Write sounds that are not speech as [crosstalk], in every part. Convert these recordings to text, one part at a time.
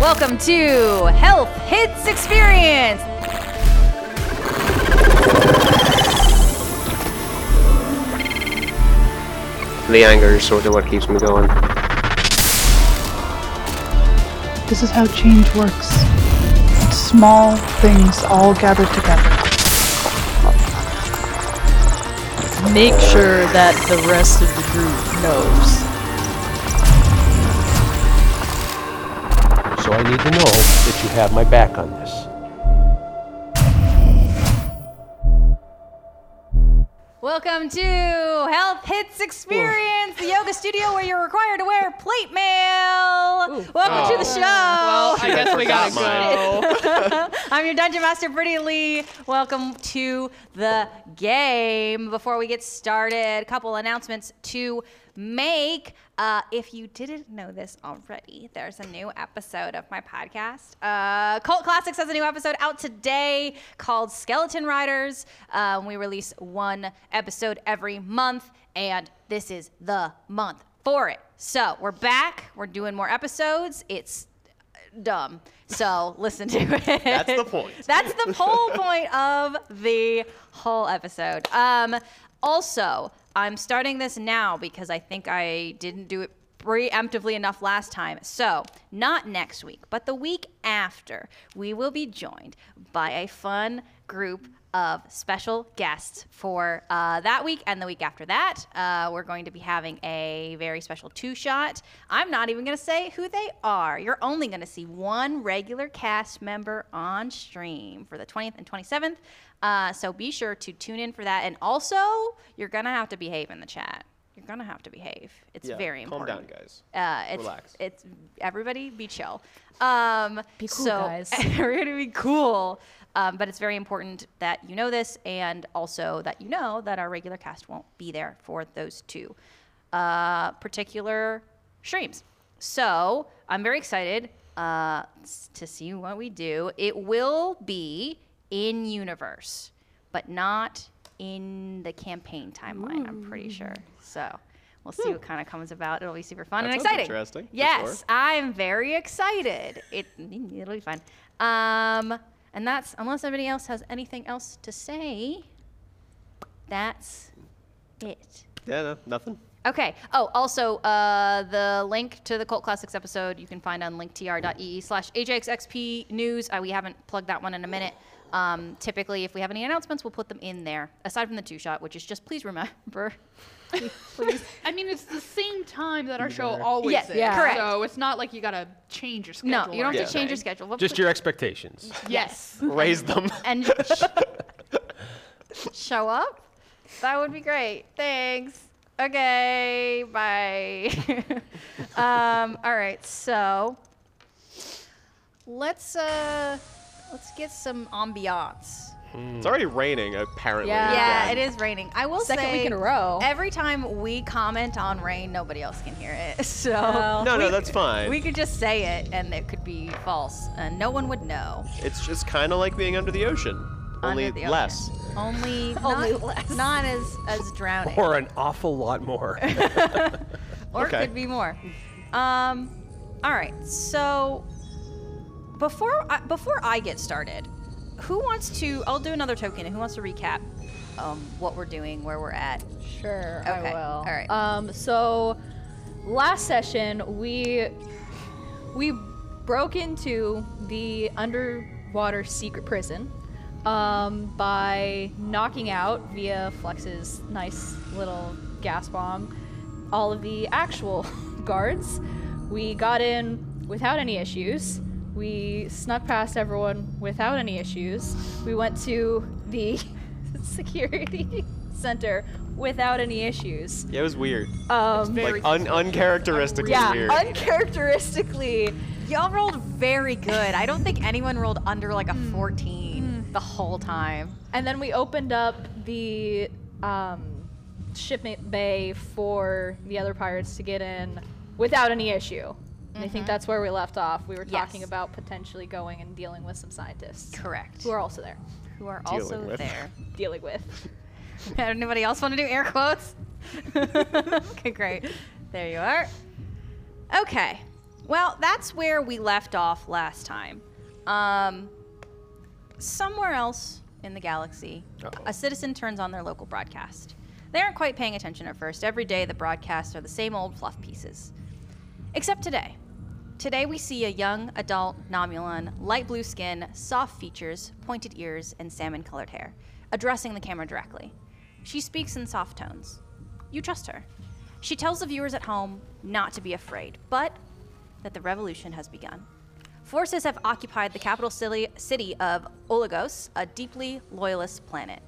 Welcome to Health Hits Experience. The anger is sort of what keeps me going. This is how change works. Small things all gathered together. Make sure that the rest of the group knows. So I need to know that you have my back on this. Welcome to Health Hits Experience, the yoga studio where you're required to wear plate mail. Welcome to the show. Well, I guess we gotta go. I'm your dungeon master, Brittany Lee. Welcome to the game. Before we get started, a couple announcements to make. Uh, if you didn't know this already, there's a new episode of my podcast. Uh, Cult Classics has a new episode out today called Skeleton Riders. Um, we release one episode every month, and this is the month for it. So we're back. We're doing more episodes. It's dumb. So listen to it. That's the point. [laughs] That's the whole point of the whole episode. Um, also, I'm starting this now because I think I didn't do it preemptively enough last time. So, not next week, but the week after, we will be joined by a fun group of special guests for uh, that week and the week after that. Uh, we're going to be having a very special two shot. I'm not even going to say who they are. You're only going to see one regular cast member on stream for the 20th and 27th. Uh, so be sure to tune in for that. And also, you're going to have to behave in the chat. You're going to have to behave. It's Yeah, very calm important. down, guys. Uh, it's, Relax. It's everybody be chill. Um, Be cool, so, [laughs] guys. we're gonna be cool. Um, but it's very important that you know this, and also that you know that our regular cast won't be there for those two uh, particular streams. So I'm very excited uh, s- to see what we do. It will be in universe, but not in the campaign timeline. I'm pretty sure. So we'll see what kind of comes about. It'll be super fun That and sounds exciting. interesting, for Yes, sure. I'm very excited. It [laughs] it'll be fun. Um, and that's unless anybody else has anything else to say. That's it. Yeah, no, nothing. [laughs] Okay. Oh, also, uh, the link to the Cult Classics episode you can find on linktr.ee slash AJXXP news. Uh, we haven't plugged that one in a minute. Um, typically, if we have any announcements, we'll put them in there, aside from the two shot, which is just please remember. [laughs] I mean, it's the same time that our show always Yes, is. yeah. correct. So it's not like you gotta change your schedule. No, you don't have Yeah. to change your schedule. We'll Just put- your expectations. Yes. Raise them. [laughs] [laughs] [laughs] and sh- show up. That would be great. Thanks. Okay, bye. [laughs] um, all right, so let's uh, let's get some ambiance. Um, It's already raining, apparently. Yeah. Yeah, again. it is raining. I will Second say week in a row. Every time we comment on rain, nobody else can hear it. [laughs] So No, no, that's fine. we could just say it, and it could be false, and no one would know. It's just kind of like being under the ocean, only Under the less. ocean. Only, Only not, less. Not as as drowning. Or an awful lot more. or Okay. it could be more. Um, all right. So before I, before I get started, who wants to? I'll do another token. Who wants to recap um, what we're doing, where we're at? Sure, Okay, I will. all right. Um, so last session we we broke into the underwater secret prison um, by knocking out via Flex's nice little gas bomb all of the actual [laughs] guards. We got in without any issues. We snuck past everyone without any issues. We went to the [laughs] security [laughs] center without any issues. Yeah, it was weird. Um, Like un- uncharacteristically yeah, weird. uncharacteristically. Y'all rolled very good. I don't think anyone rolled under like a fourteen the whole time. And then we opened up the um, shipment bay for the other pirates to get in without any issue. And I think that's where we left off. We were talking Yes. about potentially going and dealing with some scientists Correct. who are also there, Who are Dealing also with. there. dealing with. [laughs] Anybody else want to do air [laughs] quotes? okay, great. There you are. Okay. Well, that's where we left off last time. Um, somewhere else in the galaxy, a citizen turns on their local broadcast. They aren't quite paying attention at first. Every day, the broadcasts are the same old fluff pieces. Except today. Today, we see a young adult Nomulan, light blue skin, soft features, pointed ears, and salmon colored hair, addressing the camera directly. She speaks in soft tones. You trust her. She tells the viewers at home not to be afraid, but that the revolution has begun. Forces have occupied the capital cili- city of Oligos, a deeply loyalist planet.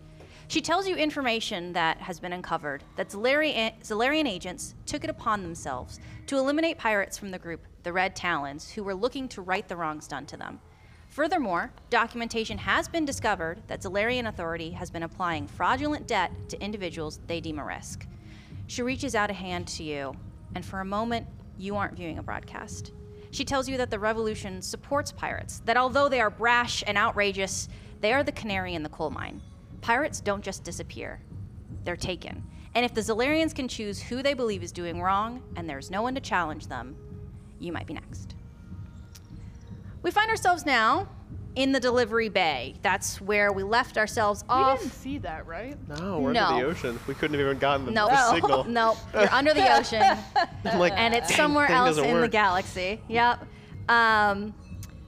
She tells you information that has been uncovered that Zalarian, Zalarian agents took it upon themselves to eliminate pirates from the group, the Red Talons, who were looking to right the wrongs done to them. Furthermore, documentation has been discovered that Zalarian authority has been applying fraudulent debt to individuals they deem a risk. She reaches out a hand to you, and for a moment, you aren't viewing a broadcast. She tells you that the revolution supports pirates, that although they are brash and outrageous, they are the canary in the coal mine. Pirates don't just disappear, they're taken. And if the Zalarians can choose who they believe is doing wrong and there's no one to challenge them, you might be next. We find ourselves now in the delivery bay. That's where we left ourselves We off. didn't see that, right? No, we're No. under the ocean. We couldn't have even gotten the, No, [laughs] the signal. no, you're under the ocean. I'm like, and it's "Dang, somewhere thing else doesn't in the work." galaxy. Yep. Um,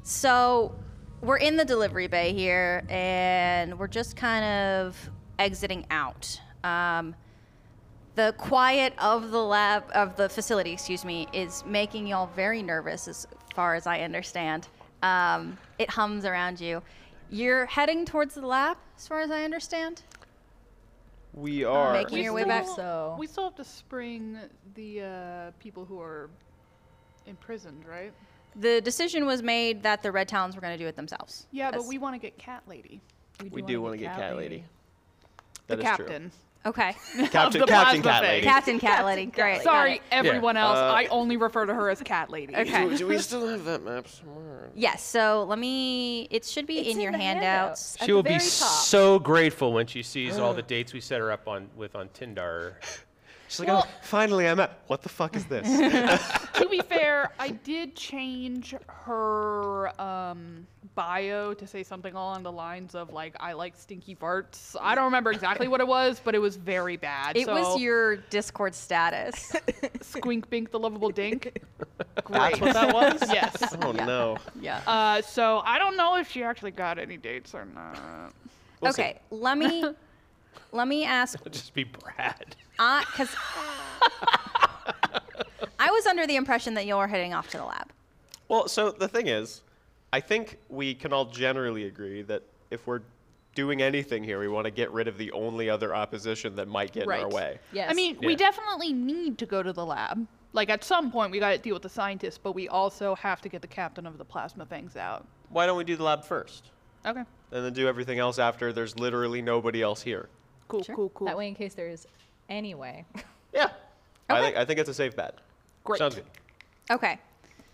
so we're in the delivery bay here, and we're just kind of exiting out. Um, the quiet of the lab of the facility, excuse me, is making y'all very nervous, as far as I understand. Um, it hums around you. You're heading towards the lab, as far as I understand. We are. Making We your way back. still- So- we still have to spring the uh, people who are imprisoned, right? The decision was made that the Red Talons were going to do it themselves. Yeah, but That's- we want to get Cat Lady, We do want to get Cat Lady. the That is true. captain. Okay. [laughs] Captain, the Captain plasma Cat face. Lady. Captain Cat Lady. Great. got Sorry, it. everyone Yeah. else. Uh, I only refer to her as Cat Lady. Do, [laughs] do we still have that map somewhere? Yes. So let me. It should be in, your handouts. at She the will be very top. so grateful when she sees [sighs] all the dates we set her up on with on Tinder. She's like, oh, finally, I'm at. What the fuck is this? to be fair, I did change her um, bio to say something along the lines of like, "I like stinky farts." I don't remember exactly what it was, but it was very bad. It So, was your Discord [laughs] status. squink bink the lovable dink. That's what that was? [laughs] yes. Oh, no. yeah. Uh, so I don't know if she actually got any dates or not. We'll see. okay. Let [laughs] me. let me ask. Just be Brad. [laughs] [laughs] Because I was under the impression that you were heading off to the lab. Well, so the thing is, I think we can all generally agree that if we're doing anything here, we want to get rid of the only other opposition that might get in our Right. way. Yes. I mean, we Yeah. definitely need to go to the lab. Like at some point, we got to deal with the scientists, but we also have to get the captain of the plasma things out. Why don't we do the lab first? Okay. And then do everything else after there's literally nobody else here. Cool. Cool. Cool. that way in case there is any way. Yeah. I think I think it's a safe bet. Great. Sounds good. Okay.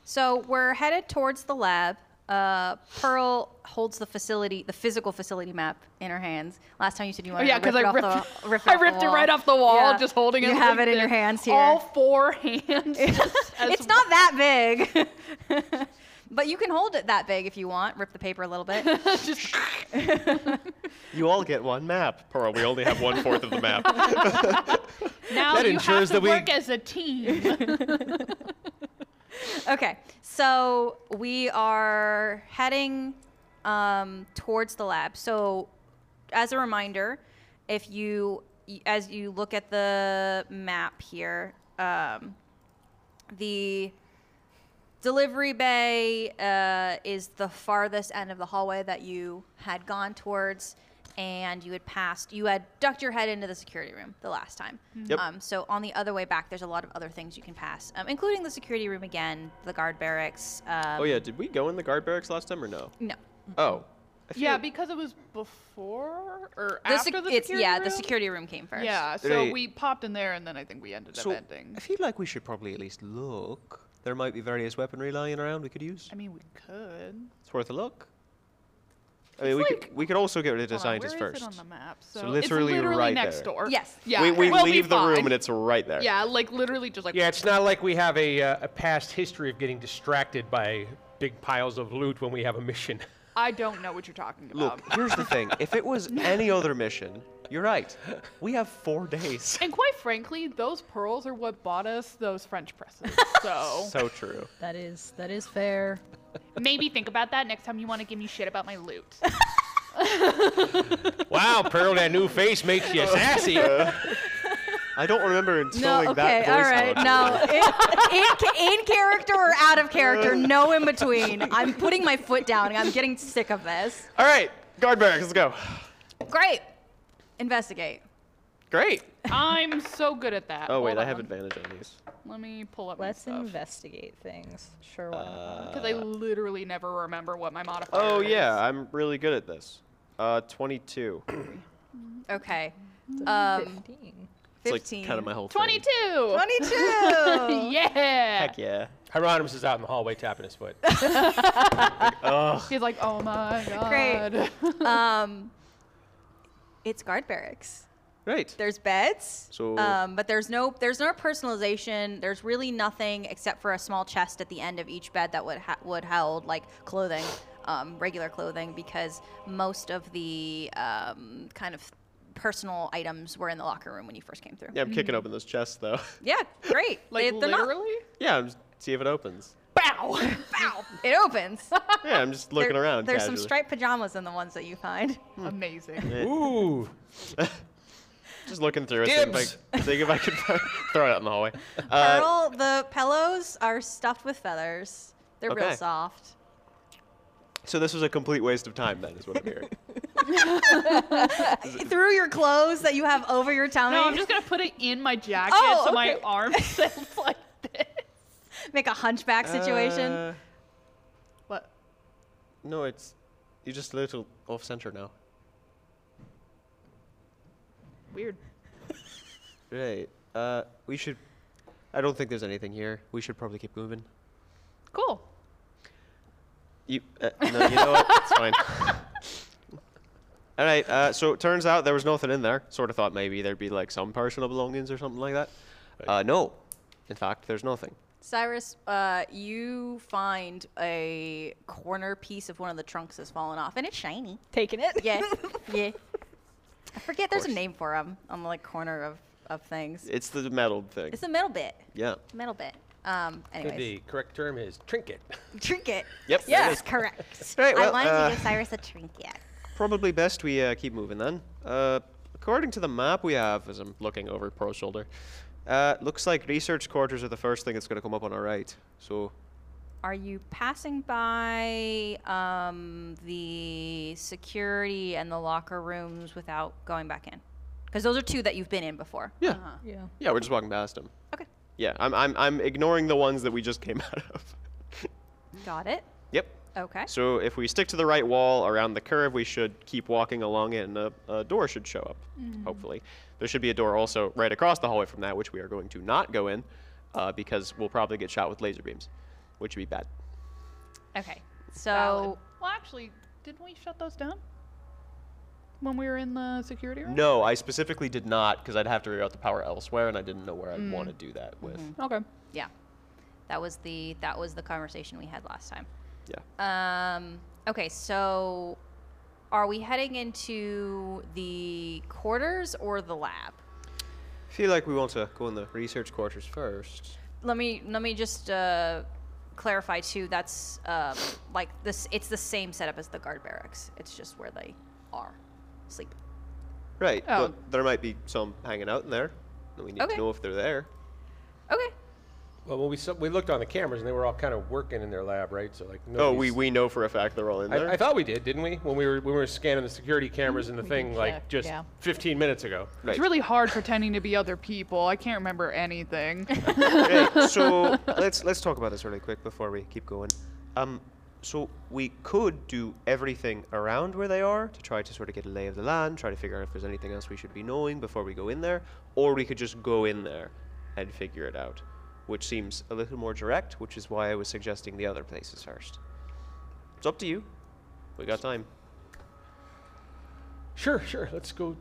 So we're headed towards the lab. Uh, Pearl holds the facility, the physical facility map in her hands. Last time you said you Oh, wanted yeah, to rip because it I off ripped, the, rip it [laughs] I off the ripped it wall. right off the wall, Yeah. just holding it. You have like it in your this. hands here. All four [laughs] hands. [laughs] it's not that big. [laughs] but you can hold it that big if you want. Rip the paper a little [laughs] bit. You all get one map. Pearl, we only have one fourth of the [laughs] map. now That you have ensures to that we- work as [laughs] a team. okay, so we are heading um, towards the lab. So, as a reminder, if you as you look at the map here, um, the delivery bay uh, is the farthest end of the hallway that you had gone towards and you had passed you had ducked your head into the security room the last time Mm-hmm. Yep. um, so on the other way back there's a lot of other things you can pass um, including the security room again the guard barracks um, oh yeah, did we go in the guard barracks last time or no? Mm-hmm. no Oh. I feel yeah, like- because it was before or The after sec- the it's security yeah the room? security room came first Yeah, so They- we popped in there and then I think we ended so up ending. I feel like we should probably at least look. There might be various weaponry lying around we could use. I mean, we could. It's worth a look. I mean, we like- could we could also get rid of the Hold on, scientist where first. Is it on the map? So, literally it's literally right next there. door. Yes. Yeah. we we we'll be leave the room fine. and it's right there. Yeah, like literally just like Yeah, it's not like we have a, uh, a past history of getting distracted by big piles of loot when we have a mission. [laughs] I don't know what you're talking about. [laughs] Look, here's the thing. If it was any other mission, you're right. We have four days. And quite frankly, those pearls are what bought us those French presses. [laughs] So So true. That is that is fair. maybe think about that next time you want to give me shit about my loot. wow, Pearl, that new face makes you sassy. I don't remember installing that voice all right. module. [laughs] No, in, in, ca- in character or out of character, Uh. no in between. I'm putting my foot down. I'm getting sick of this. All right, guard barracks, let's go. Great. Investigate. Great. [laughs] I'm so good at that. Oh wait, Hold I have on. advantage on these. Let me pull up Let's my stuff investigate things. Sure. Why not? because I literally never remember what my modifier. Uh, Oh is. yeah, I'm really good at this. Uh, 22. Okay. Um, Fifteen. It's 15. like kind of my whole thing. 22. 22. [laughs] Yeah. Heck yeah. [laughs] Hieronymus is out in the hallway tapping his foot. [laughs] He's like, oh my god. Great. um, it's guard barracks. Right. There's beds. So- um, but there's no there's no personalization. There's really nothing except for a small chest at the end of each bed that would ha- would hold like clothing, um, regular clothing, because most of the um, kind of personal items were in the locker room when you first came through. Yeah, I'm Hmm. kicking open this chest though. [laughs] Yeah, great. Like They- they're not- literally. yeah, I'm just see if it opens. [laughs] Bow. Bow. it opens. Yeah, I'm just [laughs] looking There- around. There's casually. some striped pajamas in the ones that you find. Amazing. Ooh. Just looking through it, seeing if I, [laughs] seeing if I could find- throw it out in the hallway. [laughs] Uh, Pearl, the pillows are stuffed with feathers. They're real Okay. soft. so this was a complete waste of time, then, is what I'm hearing. Through your clothes that you have over your tummy. No, I'm just gonna put it in my jacket Oh, so my okay. arm [laughs] is like this. make a hunchback [laughs] situation. Uh, What? no, it's you're just a little off center now. Weird. Right. Uh, we should. I don't think there's anything here. We should probably keep moving. Cool. You, uh, no, you [laughs] know what? It's fine. All right. Uh, so it turns out there was nothing in there. Sort of thought maybe there'd be like some personal belongings or something like that. Uh, no. In fact, there's nothing. Cyrus, uh, you find a corner piece of one of the trunks that's fallen off, and it's shiny. Taking it. Yeah, yeah. I forget there's a course. name for them on the like corner of, of things. It's the metal thing. It's the middle bit. yeah. Middle bit. Um. Anyways, The correct term is trinket. trinket. Yep. there it Yes, is. correct. Right, I well, wanted uh, to give Cyrus a trinket. Probably best we uh, keep moving then. Uh, according to the map we have, as I'm looking over Pearl's shoulder, uh, looks like research quarters are the first thing that's going to come up on our right. So Are you passing by um, the security and the locker rooms without going back in? Because those are two that you've been in before. yeah, Yeah. yeah, we're just walking past them. Okay. Yeah, I'm, I'm, I'm ignoring the ones that we just came [laughs] out of. Got it. yep. Okay. So if we stick to the right wall around the curve, we should keep walking along it, and a, a door should show up. Hopefully, there should be a door also right across the hallway from that, which we are going to not go in, uh, because we'll probably get shot with laser beams, which would be bad. Okay. So Valid. Well, actually, didn't we shut those down when we were in the security room? No, I specifically did not because I'd have to reroute the power elsewhere, and I didn't know where I'd want to do that with. Okay. yeah, that was the that was the conversation we had last time. Yeah. Um, okay, so are we heading into the quarters or the lab? feel like we want to go in the research quarters first. Let me let me just uh, clarify too. That's um, like this. It's the same setup as the guard barracks. It's just where they are sleep. Right. Oh. But there might be some hanging out in there. and We need Okay. to know if they're there. Okay. Well, when we, saw, we looked on the cameras and they were all kind of working in their lab, right? So like, Oh, we, nobody's- we know for a fact they're all in there. I, I thought we did, didn't we? When we were when we were scanning the security cameras and the thing like check, just yeah. 15 minutes ago. It's really hard pretending to be other people. I can't remember [laughs] anything. Okay, so let's let's talk about this really quick before we keep going. Um, so we could do everything around where they are to try to sort of get a lay of the land, try to figure out if there's anything else we should be knowing before we go in there, or we could just go in there and figure it out, which seems a little more direct, which is why I was suggesting the other places first. It's up to you. We got time. Sure, sure. Let's go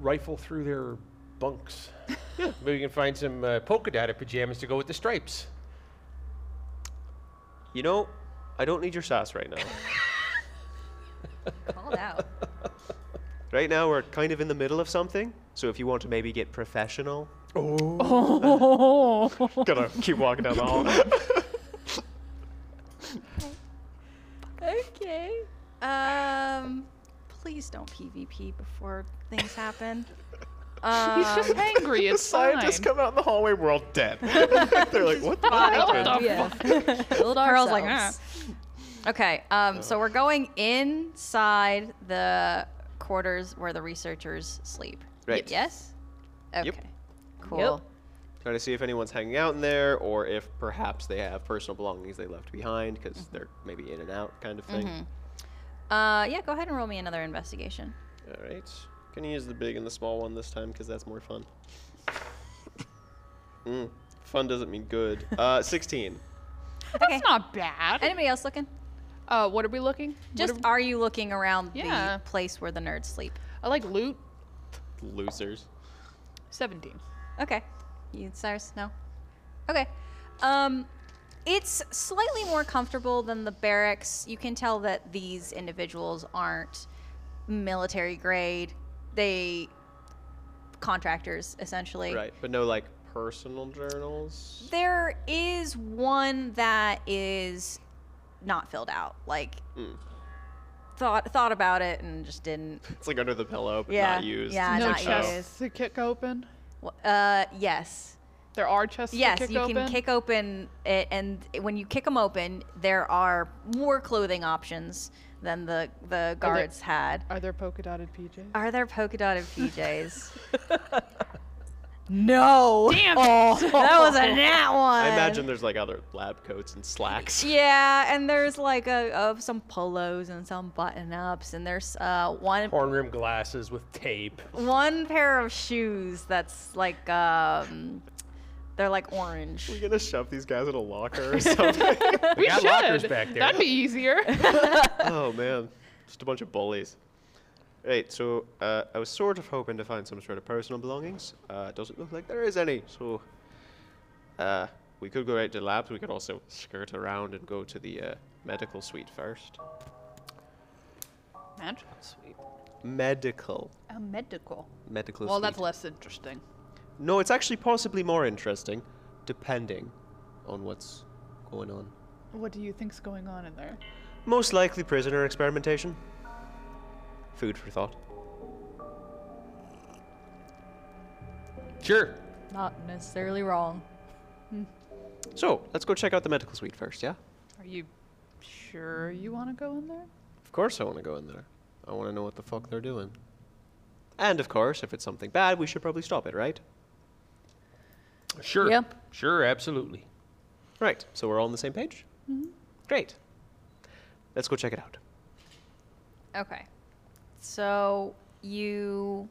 rifle through their bunks. [laughs] yeah, maybe we can find some uh, polka dotted pajamas to go with the stripes. You know, I don't need your sauce right now. Called out. right now, we're kind of in the middle of something. So if you want to maybe get professional, [laughs] Oh. gotta keep walking down the [laughs] hall. okay. Um, please don't PvP before things happen. Uh, He's Um, just angry. [laughs] It's Scientists fine. [laughs] come out in the hallway, we're all dead. They're like, what the fuck happened?" Yeah. Build Pearl's like, ourselves. Okay, um, so we're going inside the quarters where the researchers sleep. Right. Yes? Okay. Yep. Cool. Try to see if anyone's hanging out in there or if perhaps they have personal belongings they left behind because they're maybe in and out kind of thing. Mm-hmm. Uh, yeah, go ahead and roll me another investigation. All right. Can you use the big and the small one this time because that's more fun? Mm, fun doesn't mean good. Uh, 16. Okay. It's not bad. Anybody else looking? Uh, what are we looking? Just are you looking around Yeah. the place where the nerds sleep? I like loot. Losers. 17. Okay. You Cyrus? No. Okay. Um it's slightly more comfortable than the barracks. You can tell that these individuals aren't military grade. They contractors essentially. Right. But no, like, personal journals? There is one that is not filled out. Like thought thought about it and just didn't. It's like under the pillow, but Yeah, not used. yeah, Uh, no not chests to kick open. Well, Uh yes. There are chests Yes, to kick you open. can kick open it, and when you kick them open, there are more clothing options than the the guards had. Are there polka dotted PJs? Are there polka dotted PJs? no. Damn. that was a nat one. I imagine there's like other lab coats and slacks. [laughs] [laughs] Yeah, and there's like a, uh, some polos and some button ups, and there's uh, one Horn rim glasses with tape. one pair of shoes that's like um, they're like orange. We're gonna shove these guys in [laughs] a locker or something. We got lockers Should. back there. That'd be easier. oh man, just a bunch of bullies. Right, so uh, I was sort of hoping to find some sort of personal belongings. Uh, doesn't look like there is any, so uh, we could go right to the labs. We could also skirt around and go to the uh, medical suite first. Magical sweep. Medical, A medical. medical. Well, suite. that's less interesting. no. It's actually possibly more interesting, depending on what's going on. What do you think's going on in there? Most likely prisoner experimentation. Food for thought. Sure. [laughs] Not necessarily wrong. So let's go check out the medical suite first, yeah? Are you sure you want to go in there? Of course I want to go in there. I want to know what the fuck they're doing. And of course, if it's something bad, we should probably stop it, right? Sure. Yep. Sure, absolutely. Right. So we're all on the same page? Mm-hmm. Great. Let's go check it out. Okay. So you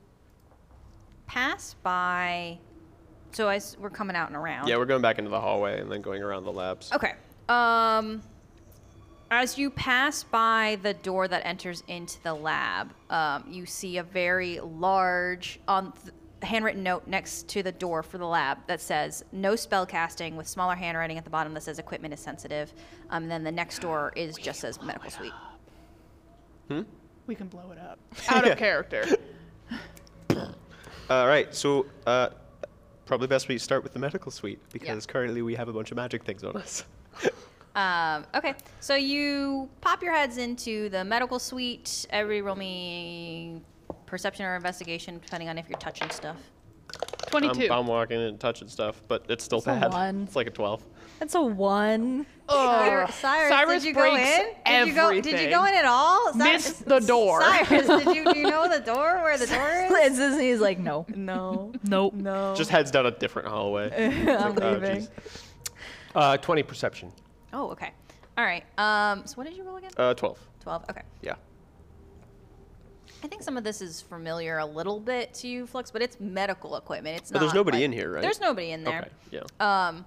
pass by. So I s- we're coming out and around. Yeah, we're going back into the hallway and then going around the labs. Okay. Um, as you pass by the door that enters into the lab, um, you see a very large on th- handwritten note next to the door for the lab that says "No spell casting" with smaller handwriting at the bottom that says "Equipment is sensitive." Um, and then the next door is just says "Medical Suite." We can blow it [laughs] up. Out of [laughs] character. All right. So uh, probably best we start with the medical suite because currently we have a bunch of magic things on us. Um, okay, so you pop your heads into the medical suite. Every roll me perception or investigation, depending on if you're touching stuff. 22. I'm, I'm walking and touching stuff, but it's still a bad. one. It's like a 12. That's a one. [laughs] Cyr- Oh. Cyrus, Cyrus did you go in? breaks Did you go, did you go everything. in at all? Missed the door. Cyrus, did you, do you know the door where the door is? Liz is he's like, no, [laughs] no, nope, no. Just heads down a different hallway. I'm leaving. Uh, 20 perception. Oh, okay. All right. Um, so what did you roll again? Uh, 12. Twelve. Okay. Yeah. I think some of this is familiar a little bit to you, Flux, but it's medical equipment. It's But not. there's nobody like- in here, right? Uh, There's nobody in there. Okay. Yeah. Um,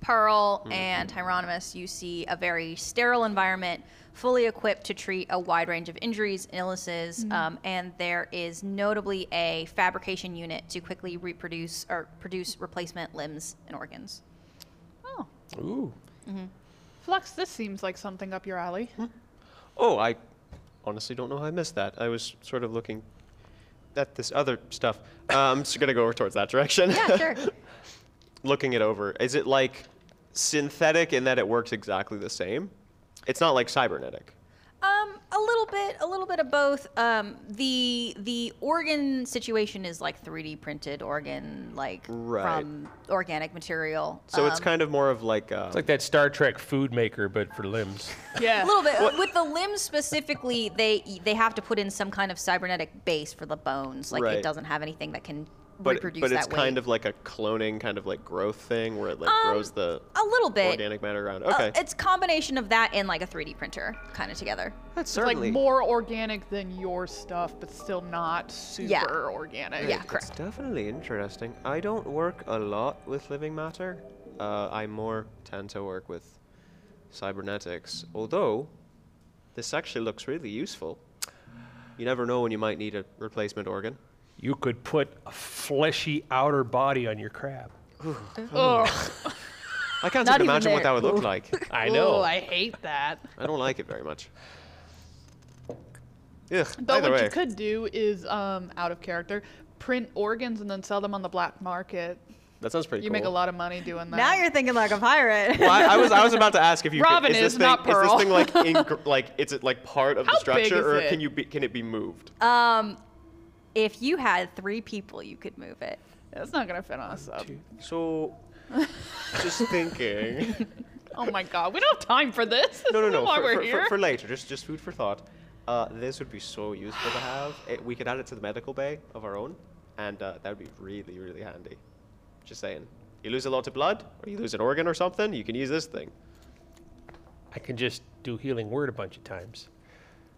Pearl Mm-hmm. and Hieronymus, you see a very sterile environment, fully equipped to treat a wide range of injuries, illnesses, um, and there is notably a fabrication unit to quickly reproduce or produce replacement limbs and organs. Oh, Ooh. Flux, this seems like something up your alley. Oh, I honestly don't know how I missed that. I was sort of looking at this other stuff. Uh, I'm just gonna go over towards that direction. Yeah, [laughs] sure. [laughs] looking it over, is it like synthetic in that it works exactly the same? It's not like cybernetic. Um, a little bit, a little bit of both. Um, the the organ situation is like 3D printed organ, like Right. from organic material. So it's Um, kind of more of like uh, a, It's like that Star Trek food maker, but for limbs. [laughs] Yeah. a little bit uh, with the limbs specifically. They they have to put in some kind of cybernetic base for the bones. Like Right. it doesn't have anything that can but, reproduce but that it's way. kind of like a cloning, kind of like growth thing where it like Um, grows the a little bit. organic matter around. Uh, Okay, it's combination of that and like a 3D printer kind of together. that's It's like more organic than your stuff, but still not super Yeah. organic. Yeah, It's correct. definitely interesting. I don't work a lot with living matter. Uh, I more tend to work with cybernetics. Although, this actually looks really useful. You never know when you might need a replacement organ. You could put a fleshy outer body on your crab. Ugh. I can't Not even even imagine what there. that would look like. I Oh, know. I hate that. I don't like it very much. Ugh, But either what you way. could do is, um, out of character, print organs and then sell them on the black market. That sounds pretty You cool. make a lot of money doing that. Now you're thinking like a pirate. Well, I, I was I was about to ask if you Robin could, is, this is, thing, not is this Pearl. thing like [laughs] ingr- like is it like part of How the big structure is or it? can you be, can it be moved? [laughs] um, if you had three people, you could move it. [laughs] That's not gonna fit on a sub. [laughs] So, just thinking. Oh my god, we don't have time for this. No, no, This no. isn't Why For, we're for- for- here? for later, just just food for thought. Uh, this would be so useful to have. It, we could add it to the medical bay of our own, and uh, that would be really, really handy. Just saying. You lose a lot of blood, or you lose an organ or something, you can use this thing. I can just do healing word a bunch of times.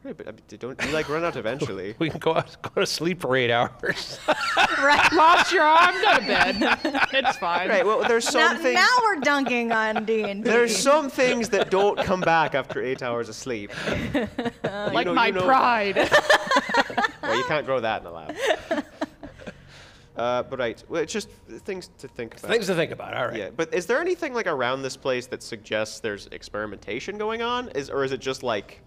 Right, but I mean, don't you like run out eventually? [laughs] We can go out, go to sleep for eight hours. Lost your arm, go to bed. it's fine. [laughs] right. Well, there's some Now, things. now we're dunking on D and D. there's some things that don't come back after eight hours of sleep. like my pride. Well, you can't grow that in a lab. Uh, but right, well, it's just things to think about. Things to think about. All right. Yeah, but is there anything like around this place that suggests there's experimentation going on? Is or is it just like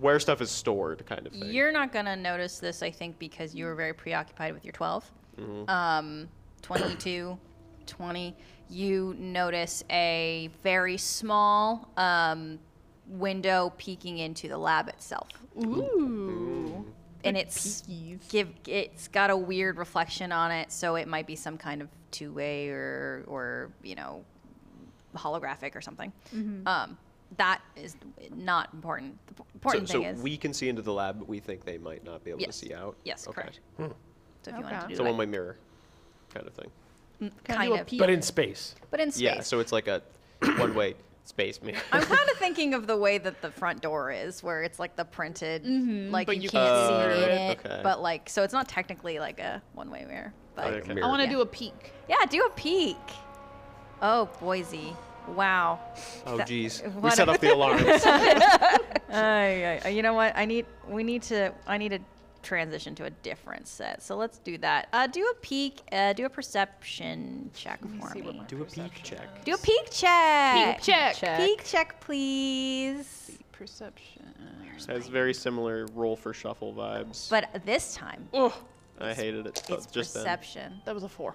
where stuff is stored kind of thing? You're not gonna notice this, I think, because you were very preoccupied with your 12, Mm-hmm. um, 22, 20. You notice a very small um, window peeking into the lab itself, Ooh. Mm-hmm. and it's give it's got a weird reflection on it, so it might be some kind of two-way or or you know holographic or something. Mm-hmm. Um, that is not important. The so important so thing is we can see into the lab, but we think they might not be able to Yes. see out. Yes, Okay. correct. So if you wanted Okay. to do So like, one way mirror kind of thing. Can I do kind a of, peek? but, But in space. in space. Yeah, so it's like a [coughs] one way space mirror. I'm kind of thinking of the way that the front door is, where it's like the printed, like but Mm-hmm. you, you can't can see see in it. it, Okay. but like, so it's not technically like a one-way mirror. But Like a I mirror. want to Yeah. do a peek. yeah, do a peek. Oh, Boise. Wow. [laughs] Oh That- [laughs] jeez. We what set a- off the alarms. [laughs] Ay, ay, ay. you know what? I need. We need to. I need to transition to a different set. So let's do that. Uh, do a peek. Uh, do a perception check for me. Do a peek check. do a peek check. Peek check. Peek check, please. Perception. Has very similar roll for shuffle vibes. But this time, I hated it. it's just then. perception. That was a four.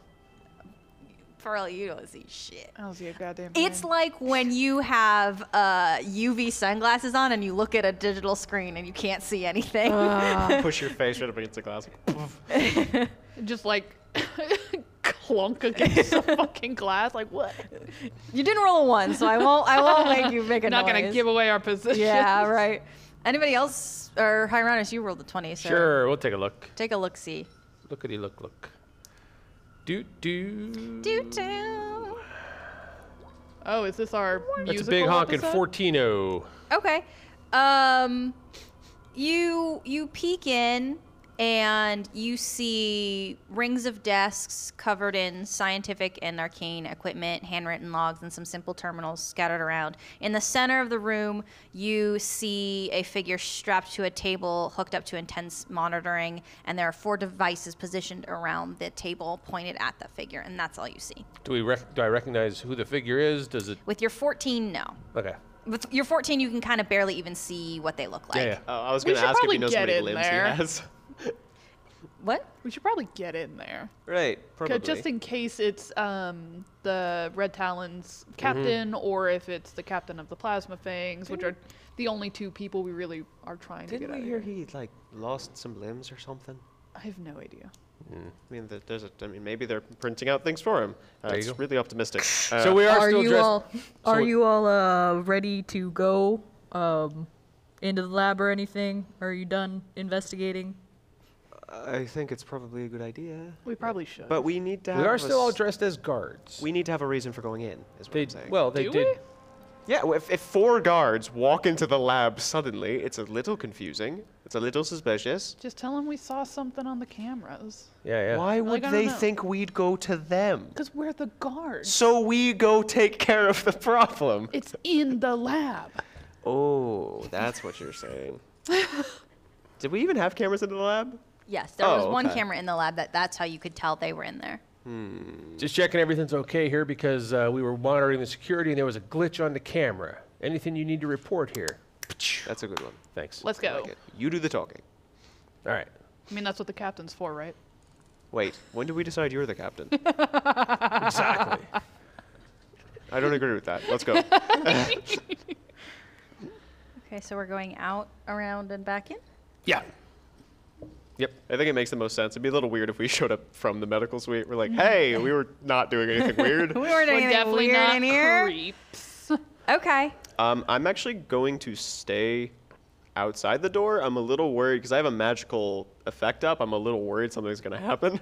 Pearl, you don't see shit. That was a goddamn. It's nine. like when you have uh, UV sunglasses on and you look at a digital screen and you can't see anything. Push your face right up against the glass. Oh, just like [laughs] clunk against the fucking glass. Like what? [laughs] you didn't roll a one, so I won't. I won't make you make a Not gonna noise. give away our position. Yeah, right. Anybody else or Hieronymus? You rolled a twenty, so Sure, we'll take a look. take a look. See. Lookity look look. Doot doo. Do do. [laughs] Oh, is this our That's a musical big honking episode? 14 Okay. Um, you you peek in and you see rings of desks covered in scientific and arcane equipment, handwritten logs, and some simple terminals scattered around. In the center of the room, you see a figure strapped to a table, hooked up to intense monitoring, and there are four devices positioned around the table, pointed at that figure, and that's all you see. Do we rec- do I recognize who the figure is? Does it? With your 14, no. Okay. With your 14, you can kind of barely even see what they look like. Yeah, yeah. Uh, I was We going to should ask if probably he knows how get many in limbs there. he has. What? We should probably get in there. right, probably. 'Cause Just in case it's um, the Red Talon's captain, or if it's the captain of the Plasma Fangs, which are the only two people we really are trying to Didn't get out we of hear here. he like lost some limbs or something? I have no idea. I mean, th- there's a, I mean, maybe they're printing out things for him. Uh, There you it's go. really [laughs] optimistic. Uh, so we are, still you dressed. all are we- you all uh, ready to go um, into the lab or anything? Are you done investigating? I think it's probably a good idea. We probably should. But we need to. we have are a still all s- dressed as guards. We need to have a reason for going in. Is what they I'm saying. well they Do did. we? yeah. well, If, if four guards walk into the lab suddenly, it's a little confusing. It's a little suspicious. Just tell him we saw something on the cameras. Yeah, yeah. Why would I don't they know. think we'd go to them? Because we're the guards. So we go take care of the problem. It's in the lab. Oh, that's what [laughs] you're saying. Did we even have cameras in the lab? Yes, there was Oh, one okay. camera in the lab that that's how you could tell they were in there. Just checking everything's okay here because uh, we were monitoring the security and there was a glitch on the camera. Anything you need to report here? That's a good one. Thanks. Let's I go. like it. You do the talking. All right. I mean, that's what the captain's for, right? Wait, when did we decide you're [laughs] the captain? Exactly. I don't agree with that. [laughs] Let's go. Okay, so we're going out, around, and back in. yeah. Yep. I think it makes the most sense. It'd be a little weird if we [laughs] showed up from the medical suite. We're like, hey, we were not doing anything weird. Mm-hmm. [laughs] We weren't doing we're anything definitely weird not in here. creeps. Okay. Um, I'm actually going to stay outside the door. I'm a little worried because I have a magical effect up. I'm a little worried something's going to happen.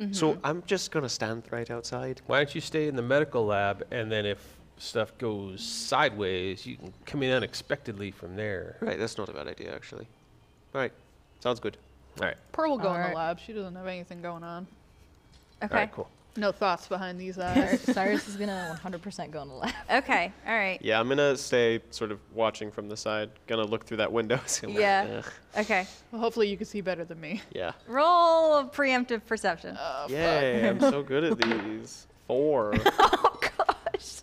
Mm-hmm. So I'm just going to stand right outside. Why don't you stay in the medical lab and then if stuff goes sideways, you can come in unexpectedly from there. Right, that's not a bad idea, actually. All right, sounds good. All right. Pearl will go in Alright. the lab. She doesn't have anything going on. Okay. All right. Cool. No thoughts behind these Cyrus- eyes. Cyrus is gonna 100% go in the lab. [laughs] Okay. All right. Yeah, I'm going to stay sort of watching from the side, going to look through that window. [laughs] see what- Yeah. Ugh, Okay. well, hopefully, you can see better than me. yeah. Roll of preemptive perception. Yay, I'm so good at these. Four. [laughs] oh gosh.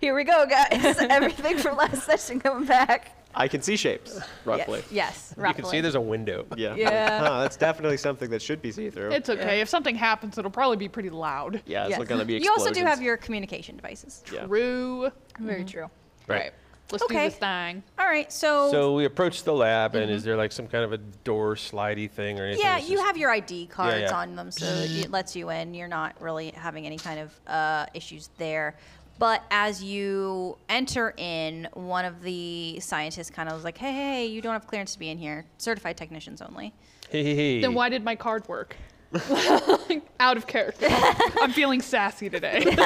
Here we go, guys. [laughs] Everything from last session coming back. I can see shapes, roughly. Yes. yes You can see there's a window. Yeah. Yeah. Huh, that's definitely something that should be see through. It's okay. If something happens, it'll probably be pretty loud. yeah, it's Yes. not going to be You also do have explosions. your communication devices. Yeah. True. Very true. Right. Let's Okay. do this thing. All right. So. So we approach the lab, and is there like some kind of a door slidey thing or anything? yeah, that's you just- have your ID cards yeah. on them, so it lets you in. You're not really having any kind of uh, issues there. But as you enter in, one of the scientists kind of was like, "Hey, hey, you don't have clearance to be in here. Certified technicians only." [laughs] Hey, hey, hey. Then why did my card [laughs] work? Out of [laughs] character. I'm feeling sassy [laughs] today.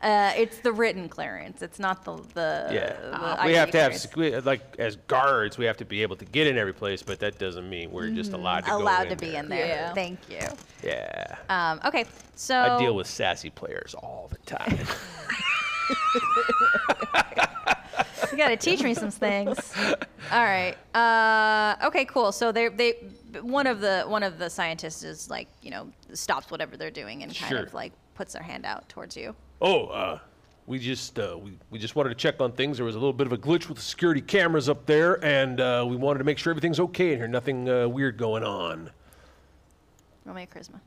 Uh, it's the written clearance. It's not the the. the Yeah. Uh, we ID have to have clearance. secu- like as guards, we have to be able to get in every place, but that doesn't mean we're just allowed to go Mm-hmm. allowed in to be there. in there. Yeah. Thank you. Yeah. Um, okay, so I deal with sassy players all the [laughs] time. you gotta teach me some things. All right. Uh, okay. Cool. So they they one of the one of the scientists is like you know stops whatever they're doing and kind of Sure. like puts their hand out towards you. oh, uh, we just uh, we, we just wanted to check on things. There was a little bit of a glitch with the security cameras up there, and uh, we wanted to make sure everything's okay in here. Nothing uh, weird going on. Roll me a charisma,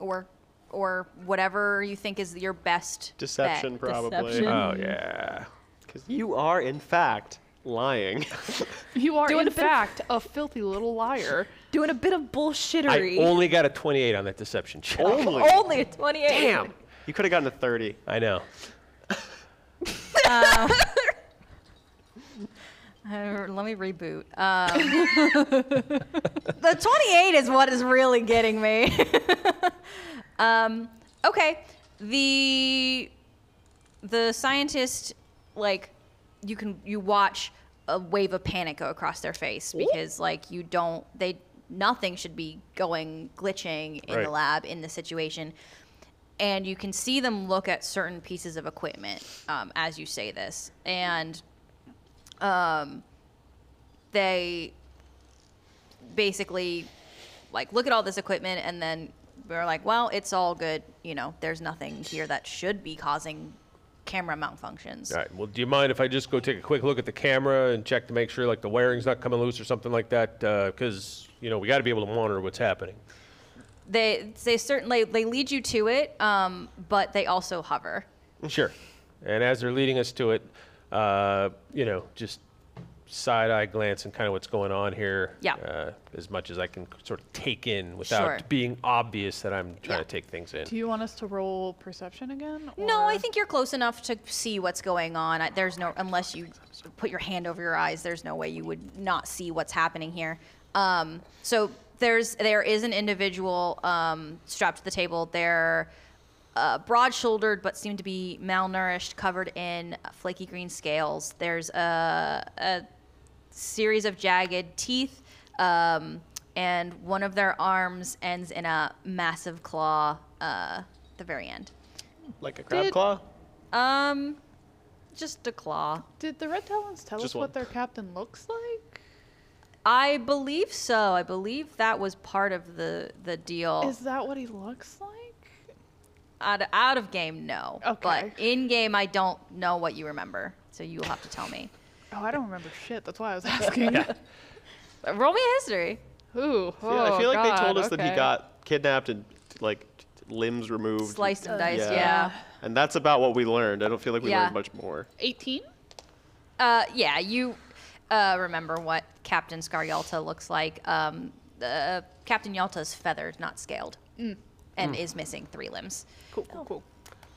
or or whatever you think is your best bet. Deception, probably. Deception. Oh yeah. Because you are, in fact, [laughs] lying. [laughs] You are, Doing in a bit of- fact, a filthy little liar. Doing a bit of bullshittery. I only got a 28 on that deception check. Oh. Only. Only a 28. Damn. You could have gotten a 30. I know. Uh, let me reboot. Um, [laughs] the 28 is what is really getting me. [laughs] um, okay, the the scientist like you can you watch a wave of panic go across their face because like you don't they nothing should be going glitching in Right. the lab in this situation. And you can see them look at certain pieces of equipment um, as you say this, and um, they basically like look at all this equipment and then we are like well it's all good you know there's nothing here that should be causing camera malfunctions All right. Well, do you mind if I just go take a quick look at the camera and check to make sure like the wiring's not coming loose or something like that? Because you know we got to be able to monitor what's happening. they they certainly they lead you to it um, but they also hover Sure. And as they're leading us to it, uh, you know, just side eye glance and kind of what's going on here. Yeah. Uh, as much as I can sort of take in without Sure. being obvious that I'm trying Yeah. to take things in. Do you want us to roll perception again? no i or- think you're close enough to see what's going on I, there's no unless you put your hand over your eyes there's no way you would not see what's happening here um, so there's there is an individual um, strapped to the table they're uh, broad shouldered but seem to be malnourished, covered in flaky green scales. There's a, a series of jagged teeth, um, and one of their arms ends in a massive claw uh, at the very end. Like a crab Did- claw? Um, just a claw. Did the Red Talons tell Just us one. what their captain looks like? I believe so. I believe that was part of the, the deal. Is that what he looks like? out, out of game, no. Okay. But in game, I don't know what you remember. So you will have to tell me. Oh, I don't remember shit. [laughs] That's why I was asking. Roll me a history. Ooh, oh, I feel- I Oh, feel like they told us that he got. got kidnapped and like limbs removed. Sliced and diced, yeah. yeah. And that's about what we learned. I don't feel like we Yeah. learned much more. 18? Uh, yeah, you uh, remember what Captain Scar Yalta looks like. Um, uh, Captain Yalta is feathered, not scaled, Mm. and is missing three limbs. Cool, Oh. cool,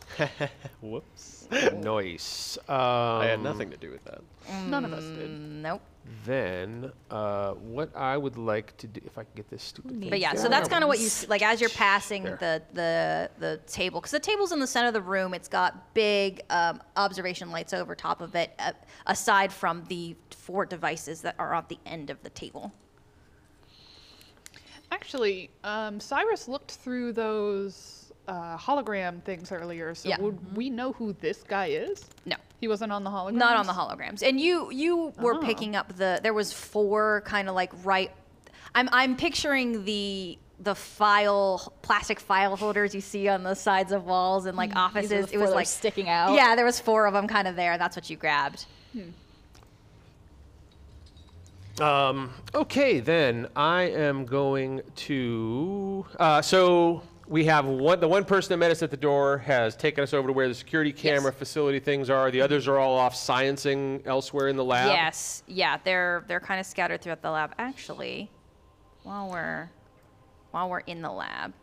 cool. Whoops. Nice. Uh, I Um, had nothing to do with that. None of us Mm. did. Nope. Then, uh, what I would like to do, if I can get this stupid thing. But yeah, so that's kind of what you see, like as you're passing the the the table, because the table's in the center of the room. It's got big um, observation lights over top of it, uh, aside from the four devices that are at the end of the table. Actually, um, Cyrus looked through those uh, hologram things earlier, so Yeah. would we know who this guy is? No. He wasn't on the hologram? Not on the holograms. And you you Oh. were picking up the there was four kind of like right I'm I'm picturing the the file plastic file holders you see on the sides of walls and like offices. Mm, These are it the four was that are like sticking out. Yeah, there was four of them kind of there. That's what you grabbed. Um, Okay, then I am going to. Uh, so we have one. The one person that met us at the door has taken us over to where the security camera facility things are. The others are all off sciencing elsewhere in the lab. Yes. Yeah, they're they're kind of scattered throughout the lab actually. While we're while we're in the lab,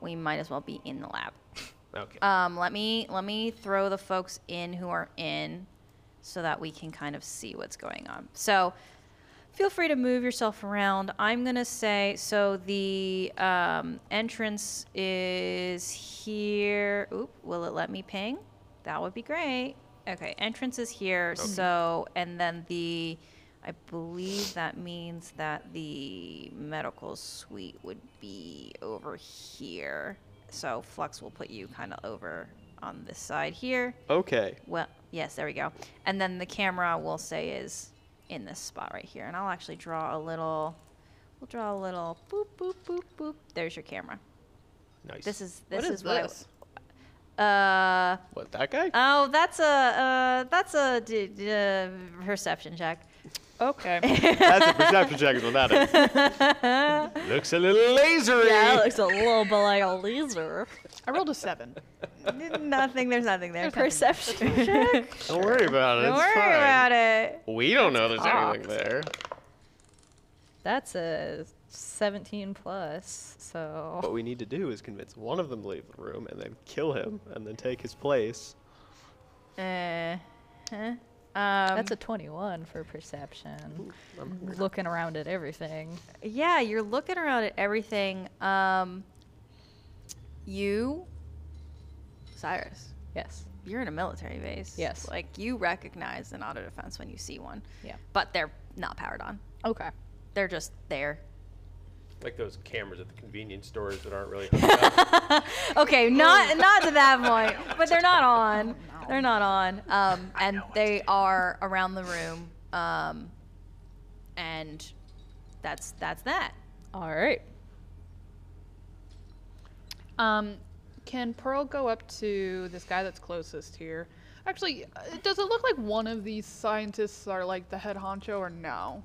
we might as well be in the lab. Okay. Um, let me let me throw the folks in who are in, so that we can kind of see what's going on. So, feel free to move yourself around. I'm gonna say so. The um, entrance is here. Oop, will it let me ping? That would be great. Okay, entrance is here. So, and then the, I believe that means that the medical suite would be over here. So Flux will put you kind of over on this side here. Okay. Well, yes, there we go. And then the camera we'll say is in this spot right here. And I'll actually draw a little. We'll draw a little boop boop boop boop. There's your camera. nice. This is this What is what I this? w- uh What, [laughs] that guy? oh that's a uh, that's a d- d- uh, perception check. [laughs] Okay. That's a perception check is what that [laughs] is. Looks a little lasery. Yeah, it looks a little bit like a laser. I rolled a 7. nothing. There's nothing there. [laughs] Perception. Don't worry about it. Don't it's worry fine. about it. We don't know there's anything there. That's a 17 plus, so. What we need to do is convince one of them to leave the room and then kill him and then take his place. Uh, huh? Um, That's a 21 for perception. Looking around at everything. yeah, you're looking around at everything. Um, you, Cyrus, Yes. you're in a military base. Yes. Like you recognize an auto defense when you see one. Yeah. But they're not powered on. Okay. [laughs] They're just there. Like those cameras at the convenience stores that aren't really. Okay, not not to that point, [laughs] but they're not on. They're not on, um, and they are around the room, um, and that's that's that. All right. Um, can Pearl go up to this guy that's closest here? Actually, uh, does it look like one of these scientists are like the head honcho or no?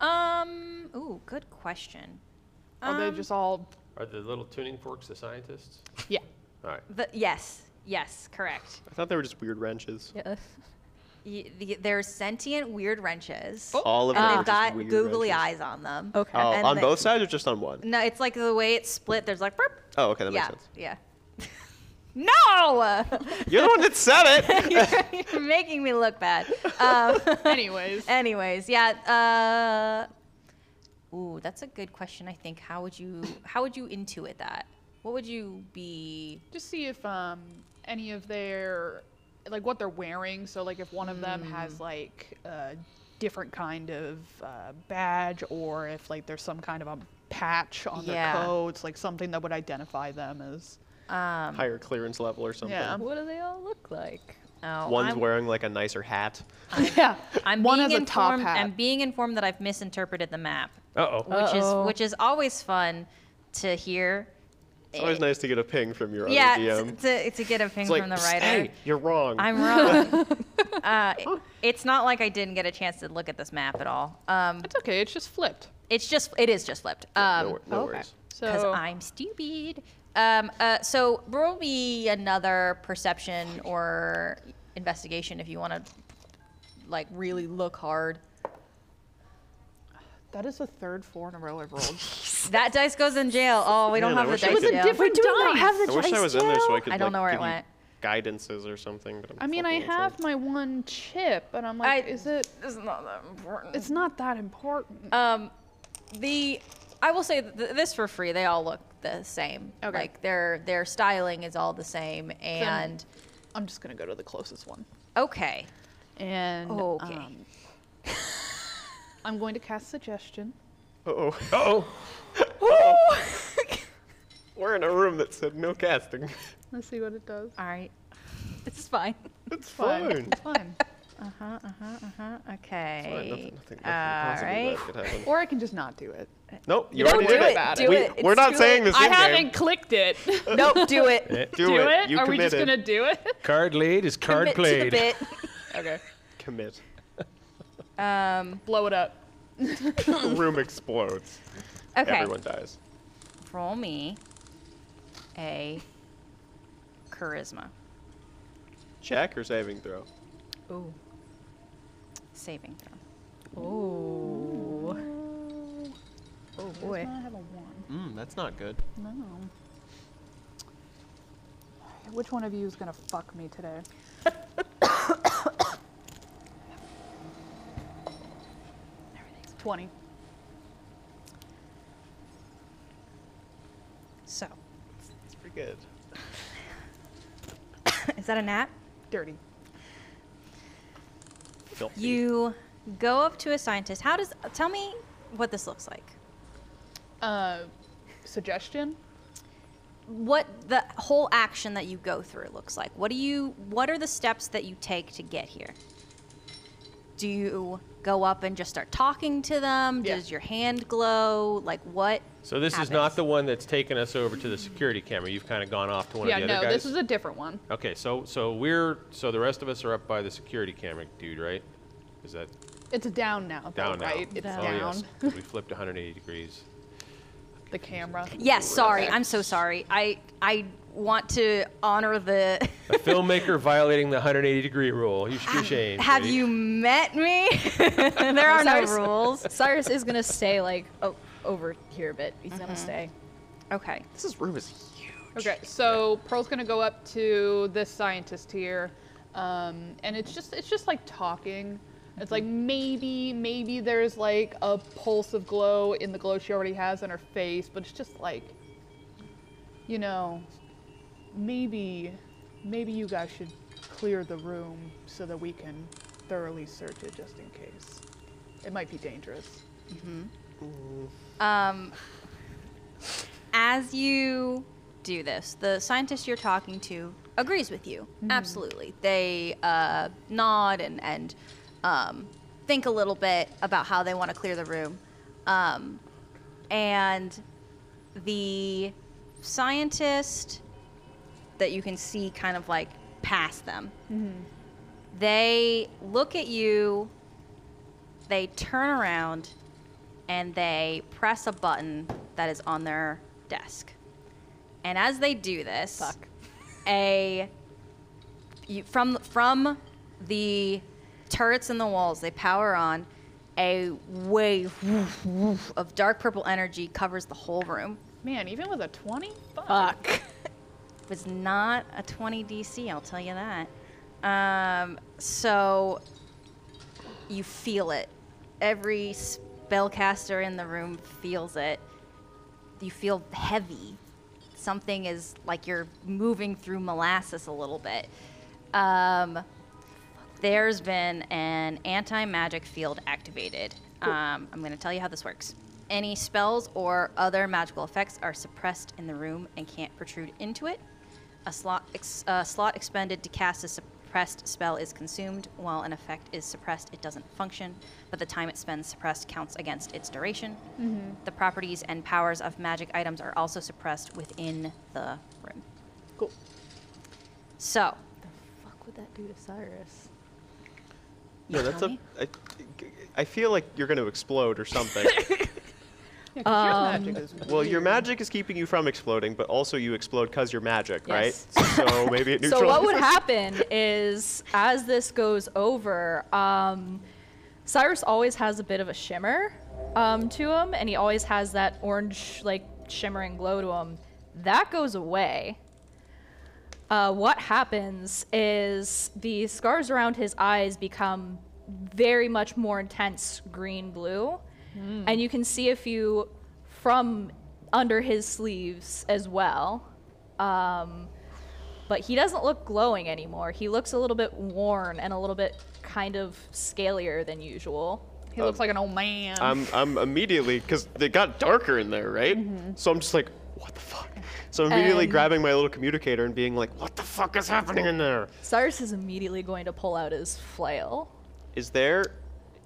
Um. Ooh, good question. Are they Um, just all? Are the little tuning forks the scientists? Yeah. All right. The, yes. Yes. Correct. I thought they were just weird wrenches. Yes. Y- the, they're sentient weird wrenches. All of them. and are Oh. Uh, they've just got weird googly eyes wrenches. on them. Okay. Oh, and on they- both sides or just on one? No, it's like the way it's split. There's like, burp. Oh, okay, that yeah, makes sense. yeah. [laughs] no, You're the one that said [laughs] it. you're, you're making me look bad. Um, [laughs] [laughs] Anyways, Anyways, yeah. Uh, ooh, that's a good question. I think how would you how would you intuit that? What would you be? just see if um any of their like what they're wearing. So like if one of them has like a different kind of uh, badge, or if like there's some kind of a patch on Yeah. their coats, like something that would identify them as. [laughs] Higher clearance level or something. [laughs] Yeah. What do they all look like? Oh, One's I'm, wearing like a nicer hat. Yeah. I'm one being has a top informed, hat. I'm being informed that I've misinterpreted the map, Uh oh. which Uh-oh. is which is always fun to hear. It's always nice to get a ping from your Eh. Yeah, other t- DM. to, to get a ping It's like, from the "Psst, writer. hey, you're wrong. [laughs] I'm wrong. uh, it- it's not like I didn't get a chance to look at this map at all. Um, It's okay. It's just flipped. it's just it is just flipped. Um, no wor- no okay. worries. because So I'm stupid. Um, uh, so roll me another perception or investigation if you want to, like really look hard. that is the third four in a row I've rolled. That dice goes in jail. Oh, we don't Man, have I the wish I dice could- jail. Wait, do we not have the I wish I was in there so I could. I don't like, know where give it you went. Guidances or something. But I'm I mean, I fucking have my one chip, and I'm like, I- is it? This is not that important. It's not that important. Um, the I will say th- this for free. They all look the same. Okay. Like their their styling is all the same. And I'm just gonna go to the closest one. okay, And Oh, Okay. um, [laughs] I'm going to cast suggestion. [laughs] Oh, Oh. we're in a room that said no casting. [laughs] Let's see what it does. all right, it's fine. It's Fine. fine. It's fine. Uh-huh. Okay. Fine, Nothing, nothing, nothing All possibly right. bad could happen. Or I can just not do it. Nope, you No, already do did it, it. do we, it, We're it's not too saying this in clicked it. [laughs] [laughs] Nope, do it. Do, it. You committed. do it? [laughs] Card laid is card Commit to the bit. [laughs] played. okay. commit? Um, Blow it up. The room explodes. [laughs] okay. Everyone dies. Roll me a charisma Check or saving throw. saving throw. Oh, Boy. I have a one. Mm, that's not good. No. Which one of you is gonna fuck me today? Twenty. So, It's pretty good. [coughs] is that a nat? Dirty. Filthy. You go up to a scientist. How does? Tell me what this looks like. Uh, suggestion? What the whole action that you go through looks like. What do you? What are the steps that you take to get here? Do you go up and just start talking to them? Yeah. Does your hand glow? Like what? So this is happens? not the one that's taken us over to the security camera. You've kind of gone off to one yeah, of the no, other guys. this is a different one. okay, so so we're so the rest of us are up by the security camera dude, right? Is that It's down now, though, down now? right? It's Oh, down. [laughs] yes, 'cause we flipped 180 degrees. The camera. Yes, sorry. I'm so sorry. I I want to honor the. [laughs] A filmmaker violating the 180 degree rule. You should be ashamed. Have Reed. you met me? [laughs] [laughs] there are no Cyrus- rules. Cyrus is gonna stay like oh, over here a bit. He's gonna Mm-hmm. stay. Okay. This room is Okay, so Pearl's gonna go up to this scientist here, um, and it's just it's just like talking. It's like maybe maybe there's like a pulse of glow in the glow she already has in her face, but it's just like, you know, maybe maybe you guys should clear the room so that we can thoroughly search it just in case. It might be dangerous. Um, as you do this, the scientist you're talking to agrees with you. Absolutely. They uh, nod and, and um, think a little bit about how they want to clear the room. Um, and the scientist that you can see kind of like past them, they look at you, they turn around, and they press a button that is on their desk. And as they do this, a you, from from the turrets and the walls, they power on. A wave woof, woof, of dark purple energy covers the whole room. Man, even with a 20? Fuck. Fuck. It was not a 20 DC, I'll tell you that. Um, so you feel it. Every spellcaster in the room feels it. You feel heavy. Something is like you're moving through molasses a little bit. Um, there's been an anti magic field activated. Um, I'm going to tell you how this works. Any spells or other magical effects are suppressed in the room and can't protrude into it. A slot, ex- a slot expended to cast a suppressed spell is consumed. While an effect is suppressed, it doesn't function, but the time it spends suppressed counts against its duration. The properties and powers of magic items are also suppressed within the room. Cool. So, Fuck would that do to Cyrus? you Yeah, that's tell a. me? I, I feel like you're going to explode [laughs] or something. Yeah, 'cause your magic is well, your magic is keeping you from exploding, but also you explode because you're magic, Yes. right? So maybe [laughs] it [laughs] neutralizes. So what would happen is, as this goes over, um, Cyrus always has a bit of a shimmer um, to him, and he always has that orange, like shimmering glow to him. That goes away. Uh, what happens is the scars around his eyes become very much more intense green blue, and you can see a few from under his sleeves as well. Um, but he doesn't look glowing anymore. He looks a little bit worn and a little bit kind of scalier than usual. He looks like an old man. I'm, I'm immediately because they got darker in there, right? So I'm just like, what the fuck? So I'm Mm-hmm. immediately And- grabbing my little communicator and being like, what the fuck is happening in there? Cyrus is immediately going to pull out his flail. Is there?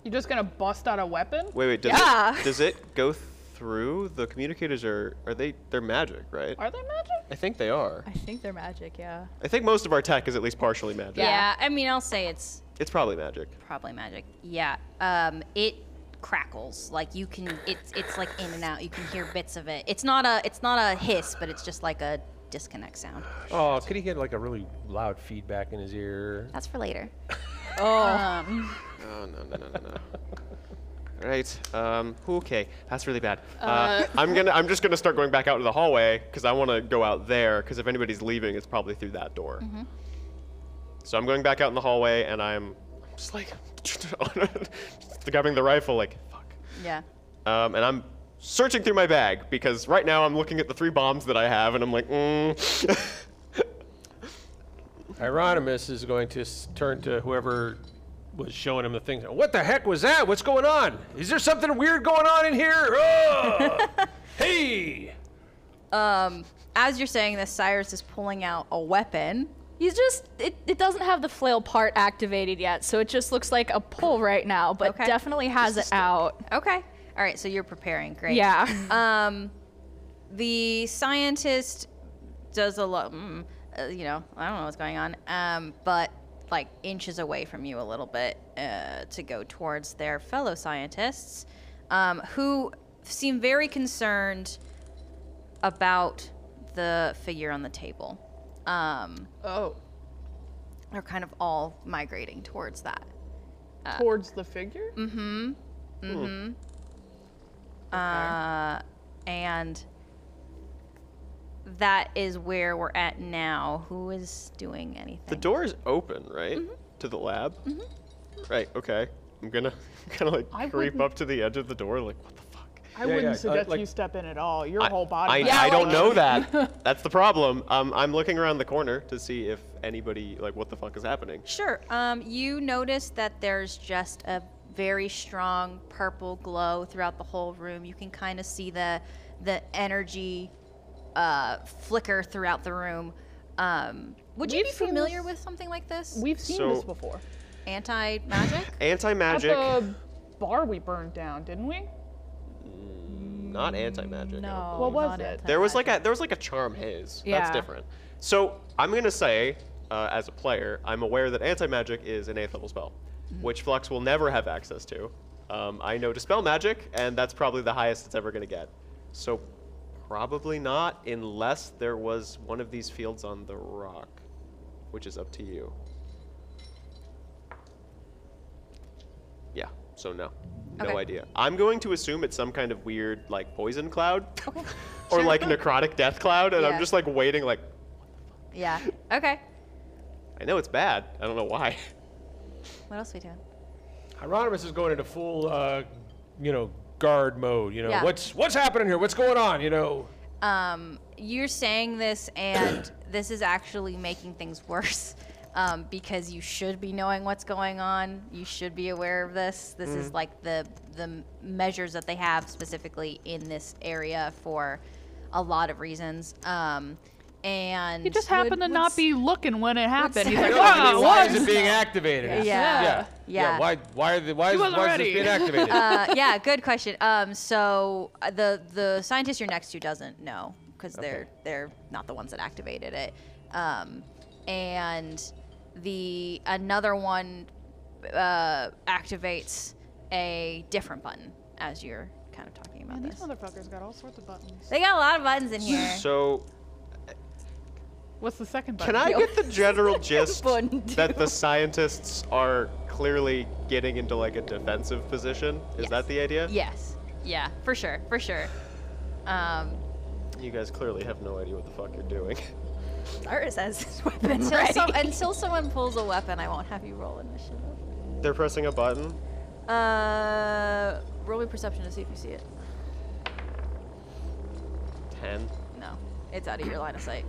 You're just gonna bust out a weapon? Wait, wait. Does Yeah. [laughs] it does it go through the communicators? Are are they? They're magic, right? Are they magic? I think they are. I think they're magic, yeah. I think most of our tech is at least partially magic. yeah, I mean, I'll say it's It's probably magic. probably magic. Yeah. Um, it crackles. Like you can it's it's like in and out. You can hear bits of it. It's not a it's not a hiss, but it's just like a disconnect sound. Oh, could he get like a really loud feedback in his ear? That's for later. Oh, No, no, no, no, no, no. All [laughs] right. Um, okay, that's really bad. Uh, I'm gonna. I'm just gonna start going back out to the hallway because I want to go out there. Because if anybody's leaving, it's probably through that door. So I'm going back out in the hallway, and I'm just like [laughs] grabbing the rifle, like fuck. Yeah. Um, and I'm searching through my bag because right now I'm looking at the three bombs that I have, and I'm like, mm. [laughs] Hieronymus is going to s- turn to whoever was showing him the thing. What the heck was that? What's going on? Is there something weird going on in here? [laughs] Ugh! hey! Um, as you're saying this, Cyrus is pulling out a weapon. He's just, it, it doesn't have the flail part activated yet, so it just looks like a pull right now, but Okay. definitely has it out. Okay. All right, so you're preparing. Great. Yeah. Um, the scientist does a lot. Mm, uh, you know, I don't know what's going on. Um, but like inches away from you a little bit uh, to go towards their fellow scientists, um, who seem very concerned about the figure on the table. Um, Oh, they're kind of all migrating towards that. towards the figure? Uh, and that is where we're at now. Who is doing anything? the door is open, right, Mm-hmm. to the lab. Right. Okay. I'm gonna [laughs] kind of like I creep wouldn't- up to the edge of the door, like what the fuck. I wouldn't yeah, uh, suggest like- you step in at all. Your I- whole body. I, Yeah, I like- don't [laughs] know that. That's the problem. Um, I'm looking around the corner to see if anybody, like, what the fuck is happening. Sure. Um, you notice that there's just a very strong purple glow throughout the whole room. You can kind of see the the energy uh, flicker throughout the room. Um, would you We've be seen familiar this- with something like this? We've seen So- this before. Anti magic? [laughs] Anti At magic, the bar we burned down, didn't we? not anti magic. No. What was not Oh, it? anti- There was like a there was like a charm haze. Yeah. That's different. So I'm gonna say, uh, as a player, I'm aware that anti magic is an eighth level spell, which Flux will never have access to. Um, I know dispel magic, and that's probably the highest it's ever gonna get. So probably not, unless there was one of these fields on the rock, which is up to you. Yeah. So no. No Okay. idea. I'm going to assume it's some kind of weird like poison cloud. or like necrotic death cloud, and Yeah. I'm just like waiting, like Yeah. Okay. I know it's bad. I don't know why. What else we doing? Hieronymus is going into full, uh, you know, guard mode. You know, Yeah. what's what's happening here? What's going on? You know, Um, you're saying this, and [coughs] this is actually making things worse [laughs] um, because you should be knowing what's going on. You should be aware of this. This is like the the measures that they have specifically in this area for a lot of reasons. Um, and He just happened to not be looking when it [laughs] happened. He's like, No, I mean, wow, why what? is it being activated? It's- Yeah. yeah, Yeah. Why? Why are the, why, is, wasn't why is ready. this being activated? uh, yeah, good question. Um, so uh, the the scientist you're next to doesn't know because they're they're not the ones that activated it. Um, and the another one uh, activates a different button as you're kind of talking about Man, these this. motherfuckers got all sorts of buttons. They got a lot of buttons in here. So What's the second button? can I get the [laughs] general gist Button that the scientists are clearly getting into like a defensive position? Is that the idea? yes. Yeah, for sure, for sure. Um, You guys clearly have no idea what the fuck you're doing. [laughs] Cyrus has his weapon until, ready. so, until someone pulls a weapon, I won't have you roll initiative. They're pressing a button. Uh, roll me perception to see if you see it. Ten. No, it's out of your line of sight.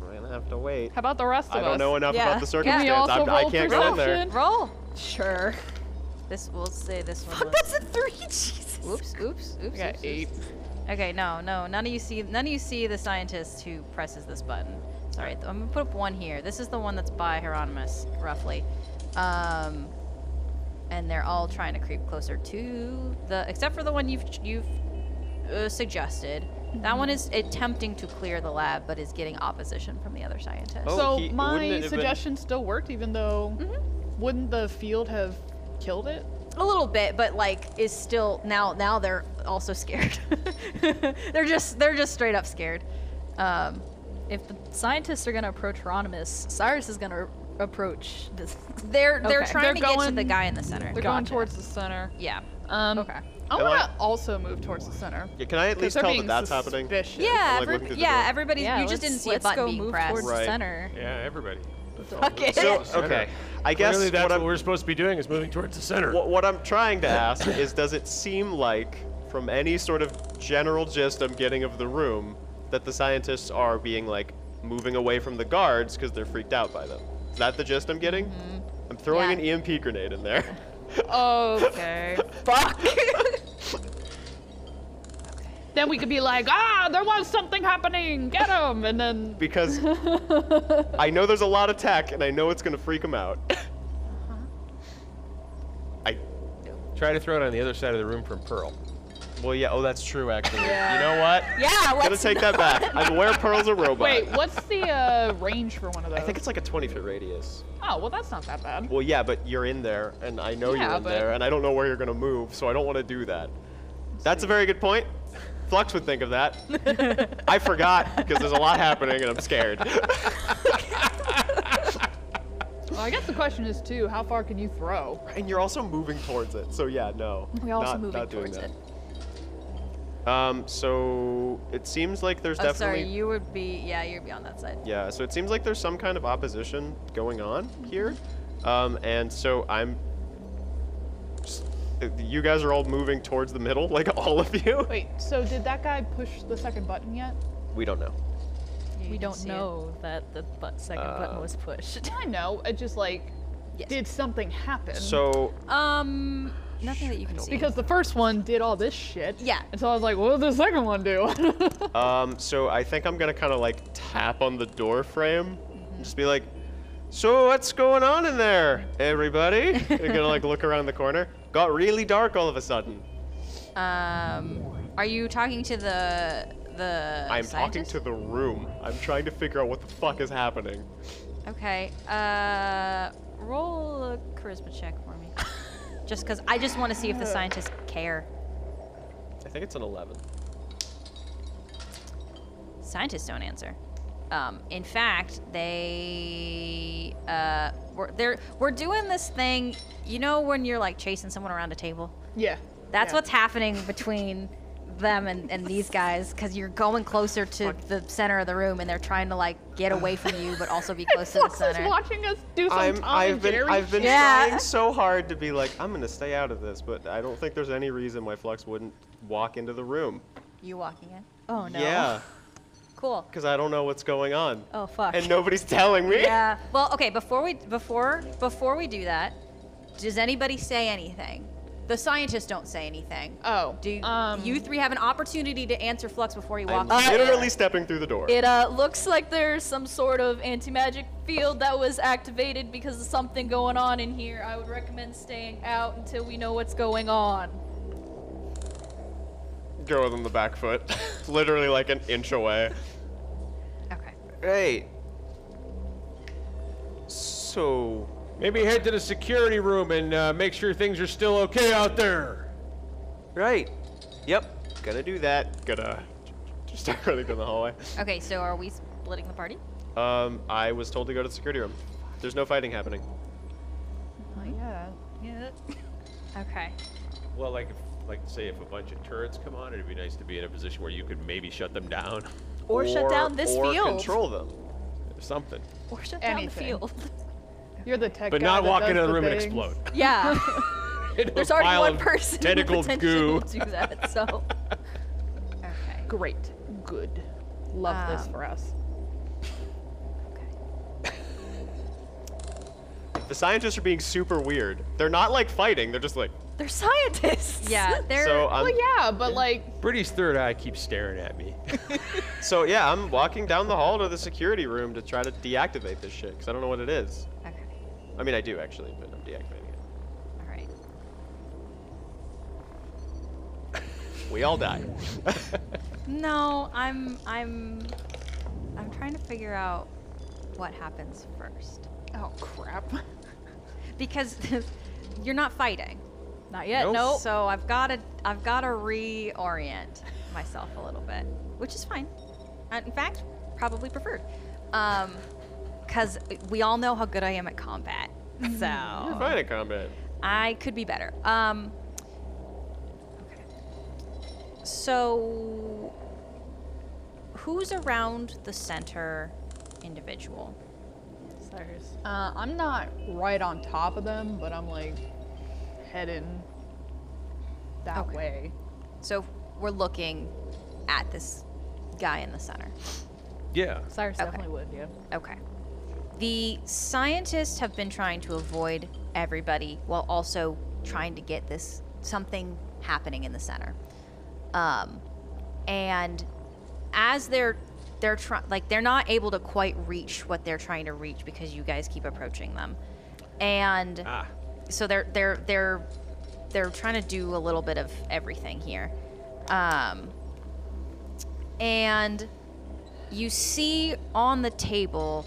We're gonna have to wait. How about the rest of I us? don't know enough Yeah. about the Can we Can circumstance. we also I'm, I roll can't go in there. perception? Roll. sure. This we'll say this one. was- That's a three. [laughs] Jesus. Oops, oops, oops. Okay, oops, eight. oops. Okay, no, no. None of you see none of you see the scientist who presses this button. Sorry, th- I'm gonna put up one here. This is the one that's by Hieronymus, roughly. Um, and they're all trying to creep closer to the, except for the one you've you've uh, suggested. That one is attempting to clear the lab, but is getting opposition from the other scientists. Oh, so he- wouldn't it my have been- suggestion still worked, even though wouldn't the field have killed it? A little bit, but like is still now. Now they're also scared. [laughs] they're just they're just straight up scared. Um, If the scientists are gonna approach Ronimus, Cyrus is gonna approach this. they're they're Okay. trying They're to get to going- the guy in the center. They're going Gotcha. towards the center. Yeah, Um, Okay. I Am want I- to also move towards the center. Yeah, can I at 'cause least they're tell being that that's happening? suspicious. yeah, Like, every- looking through the yeah. door. Everybody's Yeah, you just let's- didn't see a let's button go being move pressed. towards Right. the center. yeah, everybody. Let's all Fuck move it. towards So the center. okay, I guess Clearly that's what what, I'm, we're supposed to be doing is moving towards the center. What, what I'm trying to ask is does it seem like, from any sort of general gist I'm getting of the room, that the scientists are being like moving away from the guards because they're freaked out by them? Is that the gist I'm getting? I'm throwing Mm-hmm. Yeah. an EMP grenade [laughs] in there. Okay. Fuck. then we could be like, ah, there was something happening. Get him, and then because I know there's a lot of tech and I know it's going to freak them out. Uh-huh. I. Try to throw it on the other side of the room from Pearl. Well, yeah, oh, that's true, actually. You know what? Ah, Yeah, I'm going to let's [laughs] take that back. I'm aware Pearl's a robot. wait, what's the uh, range for one of those? I think it's like a 20 foot radius. oh, well, that's not that bad. Well, yeah, but you're in there, and I know Yeah, you're in but- there, and I don't know where you're gonna move, so I don't want to do that. That's a very good point. Flux would think of that. I forgot because there's a lot happening, and I'm scared. Well, I guess the question is too, how far can you throw? and you're also moving towards it, so yeah, no. We're also not, moving not doing towards that. it. Um, so it seems like there's Oh, sorry, definitely you would be. Yeah, you'd be on that side. Yeah, so it seems like there's some kind of opposition going on here. Um, and so I'm. s- You guys are all moving towards the middle, like all of you. Wait, so did that guy push the second button yet? We don't know. We don't see it. know that the but- second button was pushed. I know. It just like, Yes. did something happen? So Um, Nothing that you can see. Because the first one did all this shit. Yeah. And so I was like, what did the second one do? [laughs] Um, so I think I'm gonna kind of like tap on the door frame, Mm-hmm. and just be like, "So what's going on in there, [laughs] everybody?" You're gonna like look around the corner. Got really dark all of a sudden. um, are you talking to the the? I'm talking Oh, scientist? to the room. I'm trying to figure out what the fuck is happening. Okay. Uh, roll a charisma check for me. [laughs] just because I just want to see if the scientists care. I think it's an 11. Scientists don't answer. Um, in fact, they uh, we're they're, we're doing this thing. You know when you're like chasing someone around a table. yeah. That's what's happening between them and, and these guys because you're going closer to the center of the room and they're trying to like get away from you but also be close to the Fox is center. watching us do some I'm, Tom I've and been, Jerry I've been shit. Yeah. trying so hard to be like, I'm gonna stay out of this, but I don't think there's any reason why Flux wouldn't walk into the room. You walking in? Oh no. [laughs] Yeah, Cool. because I don't know what's going on, Oh fuck. and nobody's telling me. yeah. Well, okay. Before we before before we do that, does anybody say anything? The scientists don't say anything. Oh. do um, you three have an opportunity to answer Flux before you [laughs] I'm walk? in. literally stepping through the door. It uh, looks like there's some sort of anti-magic field that was activated because of something going on in here. I would recommend staying out until we know what's going on. Go with on the back foot, [laughs] literally like an inch away. okay. Hey. So, Maybe head to the security room and uh, make sure things are still okay out there. right. Yep. Gonna do that. Gonna just [laughs] start running down the hallway. Okay. So are we splitting the party? Um, I was told to go to the security room. There's no fighting happening. yeah. Okay. Well, like, if, like say if a bunch of turrets come on, it'd be nice to be in a position where you could maybe shut them down Or, shut down this or field. control them. or something. Or shut Anything. down the field. [laughs] You're the [laughs] tech But guy not that walk does into the room and things. explode. [laughs] Yeah. Into a There's already pile one of person who Tentacled potentially goo. [laughs] will do that. So Okay. Great. Good. Love this Um, for us. The scientists are being super weird. They're not like fighting. They're just like. they're scientists. [laughs] Yeah. They're So I'm. Well, yeah, but like, Brady's third eye keeps staring at me. [laughs] So yeah, I'm walking down the hall to the security room to try to deactivate this shit because I don't know what it is. okay. I mean, I do actually, but I'm deactivating it. All right. We all die. No, I'm I'm I'm trying to figure out what happens first oh crap. because [laughs] you're not fighting. Not yet. Nope. No. So I've got to I've got to reorient myself a little bit, which is fine. Uh, In fact, probably preferred. Um cuz we all know how good I am at combat. So Fine at combat. I could be better. Um okay. So who's around the center individual? Uh, I'm not right on top of them, but I'm like heading that Okay. way. So we're looking at this guy in the center. yeah. Cyrus Okay. definitely would, yeah. Okay. The scientists have been trying to avoid everybody while also trying to get this something happening in the center. Um, and as they're they're trying like they're not able to quite reach what they're trying to reach because you guys keep approaching them. And Ah. so they're they're they're they're trying to do a little bit of everything here. Um, and you see on the table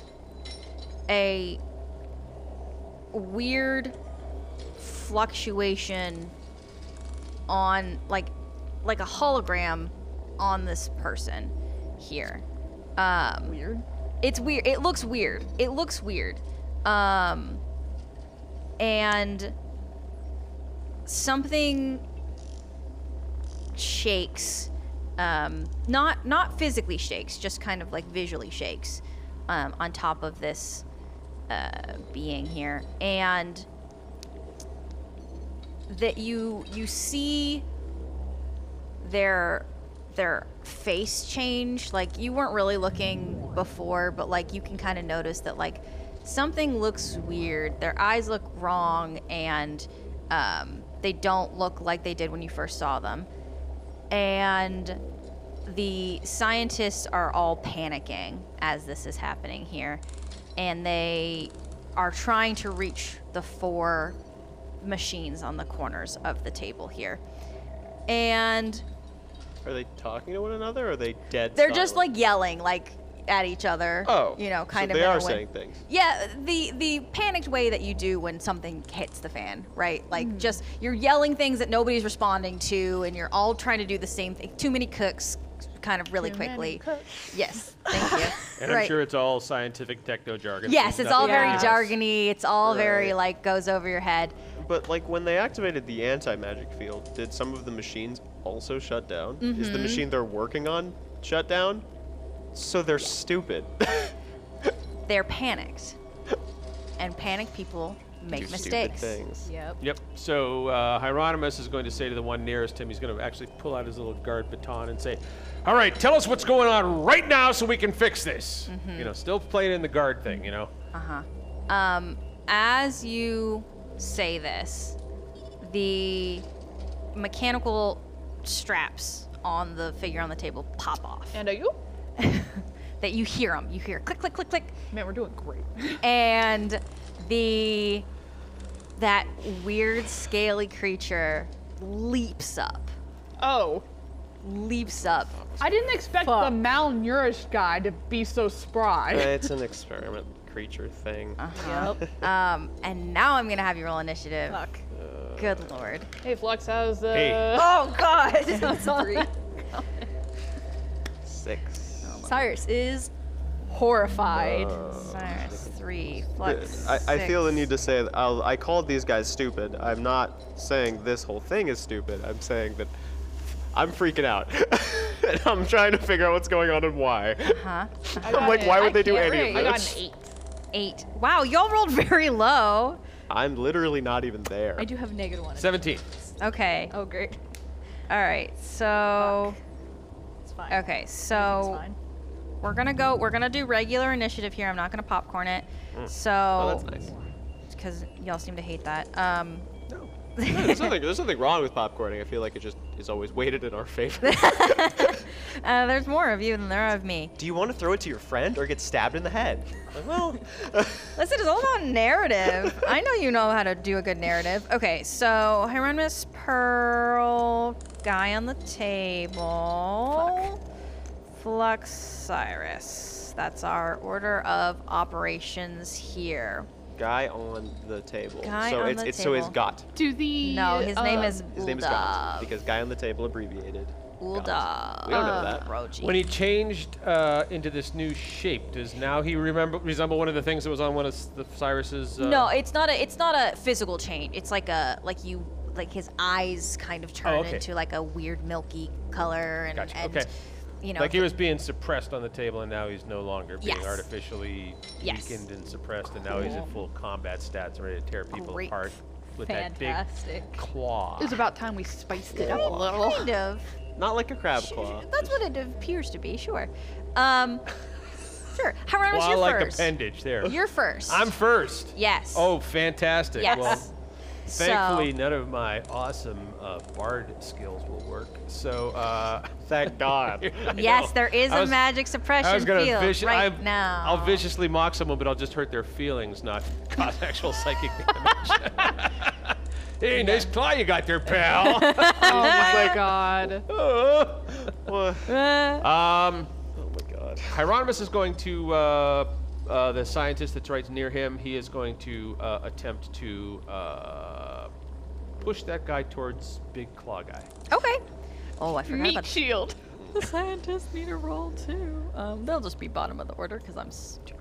a weird fluctuation on like like a hologram on this person here. Um, Weird. it's weird. It looks weird. It looks weird. Um, and something shakes. Um, not not physically shakes, just kind of like visually shakes um, on top of this uh, being here, and that you you see their their face change like you weren't really looking before but like you can kind of notice that like something looks weird their eyes look wrong and um They don't look like they did when you first saw them. And the scientists are all panicking as this is happening here. And they are trying to reach the four machines on the corners of the table here. And Are they talking to one another? Or are they dead? they're just silent? like yelling like at each other. oh, you know, kind so of. They in a are way. saying things. Yeah, the the panicked way that you do when something hits the fan, right? Like just you're yelling things that nobody's responding to, and you're all trying to do the same thing. Too many cooks, kind of really quickly. Yes, thank [laughs] you. And I'm Right. sure it's all scientific techno jargon. Yes, it's all Nothing very else. jargony. It's all very Right. like goes over your head. But like when they activated the anti-magic field, did some of the machines also shut down? Is the Mm-hmm. machine they're working on shut down? So they're [laughs] stupid. [laughs] They're panicked, and panicked people make Do stupid mistakes. things. Yep. Yep. So uh, Hieronymus is going to say to the one nearest him, he's going to actually pull out his little guard baton and say, "All right, tell us what's going on right now, so we can fix this." Mm-hmm. You know, still playing in the guard thing. You know, Um, as you say this, the mechanical straps on the figure on the table pop off. And are you? That you hear them. You hear click, click, click, click, Man, we're doing great. and the that weird scaly creature leaps up, [laughs] Oh, leaps up. I didn't expect Fuck. the malnourished guy to be so spry. it's an experiment creature thing. Ah. Yep. Um, and now I'm gonna have you roll initiative. Fuck. Good lord. Hey, Flux, how's the? Hey. Oh [laughs] God. three. Six. Cyrus is horrified. Cyrus three. Flux. I, I feel the six. need to say that I'll, I called these guys stupid. I'm not saying this whole thing is stupid. I'm saying that I'm freaking out. [laughs] and I'm trying to figure out what's going on and why. [laughs] I'm like, Uh, why would they do any I of got an this? eight. Eight. Wow, y'all rolled [laughs] very low. I'm literally not even there. I do have negative one. seventeen. Okay. Oh great. All right. So It's fine. okay. It's So fine. we're gonna go. We're gonna do regular initiative here. I'm not gonna popcorn it. So Oh, that's nice. because y'all seem to hate that. Um. No, [laughs] there's, nothing, there's nothing wrong with popcorning. I feel like it just is always weighted in our favor. [laughs] Uh, there's more of you than there are of me. do you want to throw it to your friend or get stabbed in the head? Like, well, Listen, it's all about narrative. I know you know how to do a good narrative. Okay, so Hieronymus Pearl, guy on the table, Flux Cyrus. That's our order of operations here. [laughs] guy on the table. Guy so on it's, the it's so is table. got. Do the No, uh, his name is His name is Uldov. got because guy on the table abbreviated. Uldov. We don't know that. Roji. When he changed uh, into this new shape, does now he remember resemble one of the things that was on one of s- the Cyrus's? Uh, no, it's not a it's not a physical change. It's like a like you like his eyes kind of turn Oh, okay. into like a weird milky color and, Gotcha, and okay. you know Like he was being suppressed on the table, and now he's no longer being Yes. artificially Yes. weakened and suppressed, and now he's at full combat stats and ready to tear people Great. apart with that Fantastic. big claw. It was about time we spiced it up a little. kind of Not like a crab claw. That's what it appears to be, sure. Um, sure. Hieronymus, Claw you're like first. appendage there. You're first. I'm first. Yes. Oh, fantastic. Yes. Well, So- thankfully, none of my awesome uh, bard skills will work. So, uh, [laughs] [laughs] Thank God. yes, there is I a was- magic I suppression was gonna field vici- right I'm- now. I'll viciously mock someone, but I'll just hurt their feelings, not cause [laughs] actual psychic damage. [laughs] hey, nice claw you got [laughs] there, pal. Oh [laughs] my god. Well, um, oh my God. Hieronymus is going to uh, uh, the scientist that's right near him. He is going to uh, attempt to uh, push that guy towards big claw guy. Okay. Oh, I forgot Meat about shield. The scientists need a roll too. Um, they'll just be bottom of the order because I'm stupid.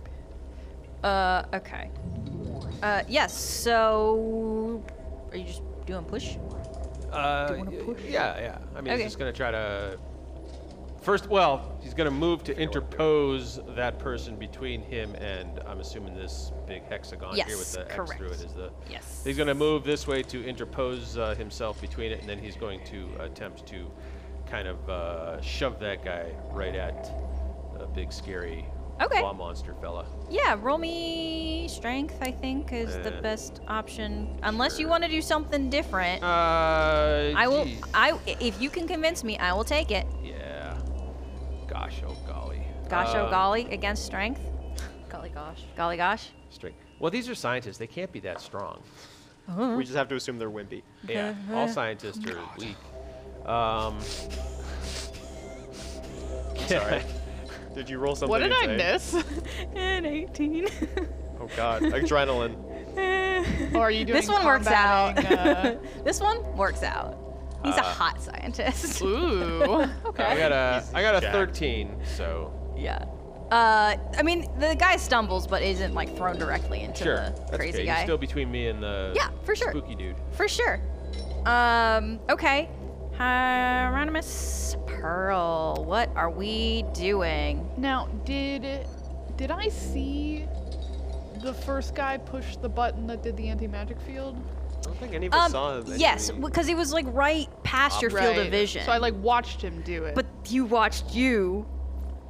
Uh, okay. Uh, yes. So, are you just doing push? Uh, y- Yeah, yeah. I mean, Okay. he's just going to try to. First, well, he's going to move to interpose that person between him and, I'm assuming, this big hexagon here with Yes, the X through correct. it is the. Yes. He's going to move this way to interpose uh, himself between it, and then he's going to attempt to kind of uh, shove that guy right at a big, scary Okay. Claw monster fella. Yeah, roll me strength, I think, is the Uh, best option. Unless you want to do something different. Uh, I will geez. I if you can convince me, I will take it. Yeah. Gosh, oh golly. Gosh oh Uh, golly against strength. Golly gosh. Golly gosh. Straight. Well, these are scientists. They can't be [laughs] that strong. Uh-huh. We just have to assume they're wimpy. Yeah. All scientists are weak. Um, Sorry. [laughs] Did you roll something? What did I today? miss? [laughs] And [laughs] 18. Oh God, adrenaline. or are you doing This one works out. combating, uh, [laughs] This one works out. He's a hot scientist. uh, ooh. Uh, I got a He's I got a jacked. 13. So Yeah. Uh, I mean, the guy stumbles, but isn't like thrown directly into sure. the That's crazy okay. guy. You're still between me and the Yeah, for sure. spooky dude. For sure. Um, okay. Hieronymus Pearl, what are we doing? Now, did did I see the first guy push the button that did the anti-magic field? I don't think any of us saw Um, him. yes, actually. because he was like right past your field of Right. vision. So I like watched him do it. but you watched you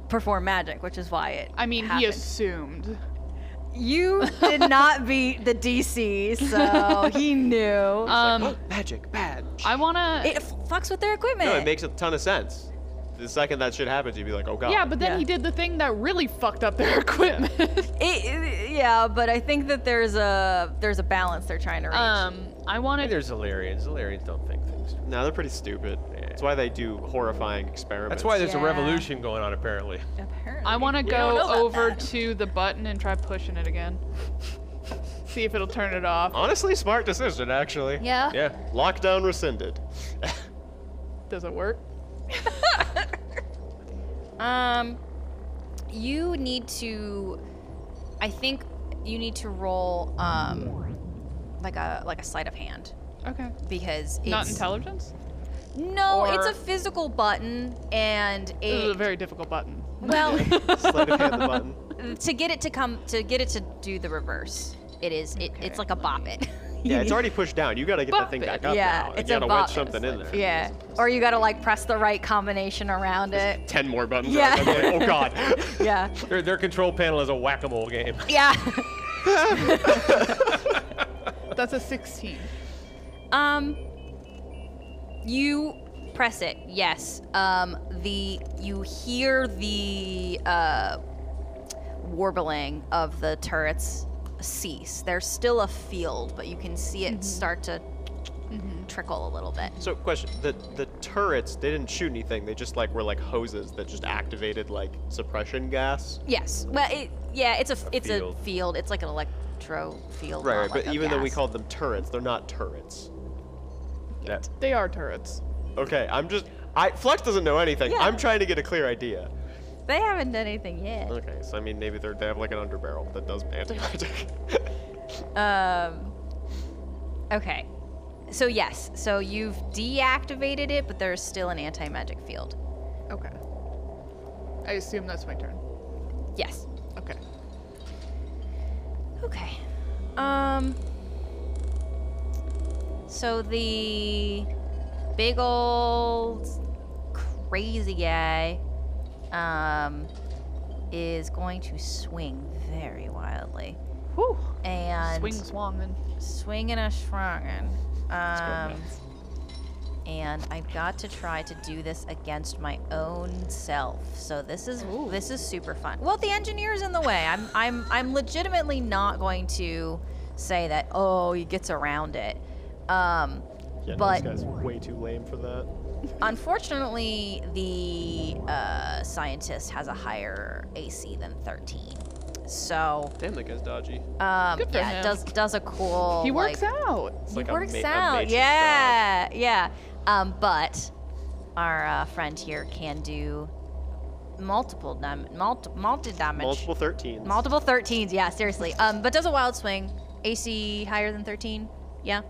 perform magic, which is why it. I mean, happened. he assumed. You did [laughs] not beat the DC, so he knew. Um, Oh, magic bad. eh. I wanna. it f- fucks with their equipment. No, it makes a ton of sense. The second that shit happens, you'd be like, oh God. yeah, but then Yeah. he did the thing that really fucked up their [laughs] equipment. It- it- yeah, but I think that there's a there's a balance they're trying to reach. um, I [laughs] And wanted. there's Illyrians. Illyrians don't think things. through. No, they're pretty stupid. That's why they do horrifying experiments. That's why there's Yeah. a revolution going on apparently. Apparently. I want to go about over to the button and try pushing it again. See if it'll turn it off. Honestly, smart decision, actually. Yeah. Yeah. [laughs] [laughs] Lockdown rescinded. Does it work? [laughs] Um, you need to. I think you need to roll um, like a like a sleight of hand Okay. because it's Not intelligence. No, it's or- a physical button, and This is a it very difficult button. [laughs] well Sleight of hand the button. to get it to come to get it to do the reverse. It is. It, Okay, it's like a bop it. [laughs] Yeah, it's already pushed down. You gotta get that Bop thing it. back up yeah, now. You it's a gotta bop wedge it. something in there. Yeah, or you gotta like press the right combination around it. [laughs] Ten more buttons. Yeah. around. I'm like, [laughs] oh God. Yeah, Their, their control panel is a whack-a-mole game. yeah. That's a 16. Um, you press it. Yes. Um, the you hear the uh, warbling of the turrets cease. There's still a field, but you can see it start to mm-hmm, trickle a little bit. [laughs] So, question: the the turrets they didn't shoot anything. They just like were like hoses that just activated like suppression gas. Yes. Well, it, yeah, it's a, f- it's field. a field. It's like an electro field. Right, not right. like But a even though we gas. called them turrets, they're not turrets. That- They are turrets. Okay, I'm just. I Flux doesn't know anything. Yeah. I'm trying to get a clear idea. they haven't done anything yet. Okay, so I mean maybe they're, they have like an underbarrel that does anti-magic. [laughs] Um. Okay. So yes, so you've deactivated it, but there's still an anti-magic field. Okay. I assume that's my turn. Yes. Okay. Okay. Um. So the big old crazy guy um, is going to swing very wildly Whew. and Swing swung then. swinging a shrongin. Um, and I've got to try to do this against my own self. So this is this is super fun. Well, the engineer's in the way. I'm I'm I'm legitimately not going to say that. Oh, he gets around it. Um, yeah, But- no, this guy's way too lame for that. unfortunately, the uh, scientist has a higher AC than 13. So Damn, that guy's dodgy. um, Good for yeah, him. it does does a cool. He works like, out. It's It like a works ma- a out. matrix yeah, yeah. Um, but our uh, friend here can do multiple dam- multi multi dodge. damage. Multiple 13s. Multiple 13s. Yeah, seriously. Um, but does a wild swing AC higher than 13? Yeah.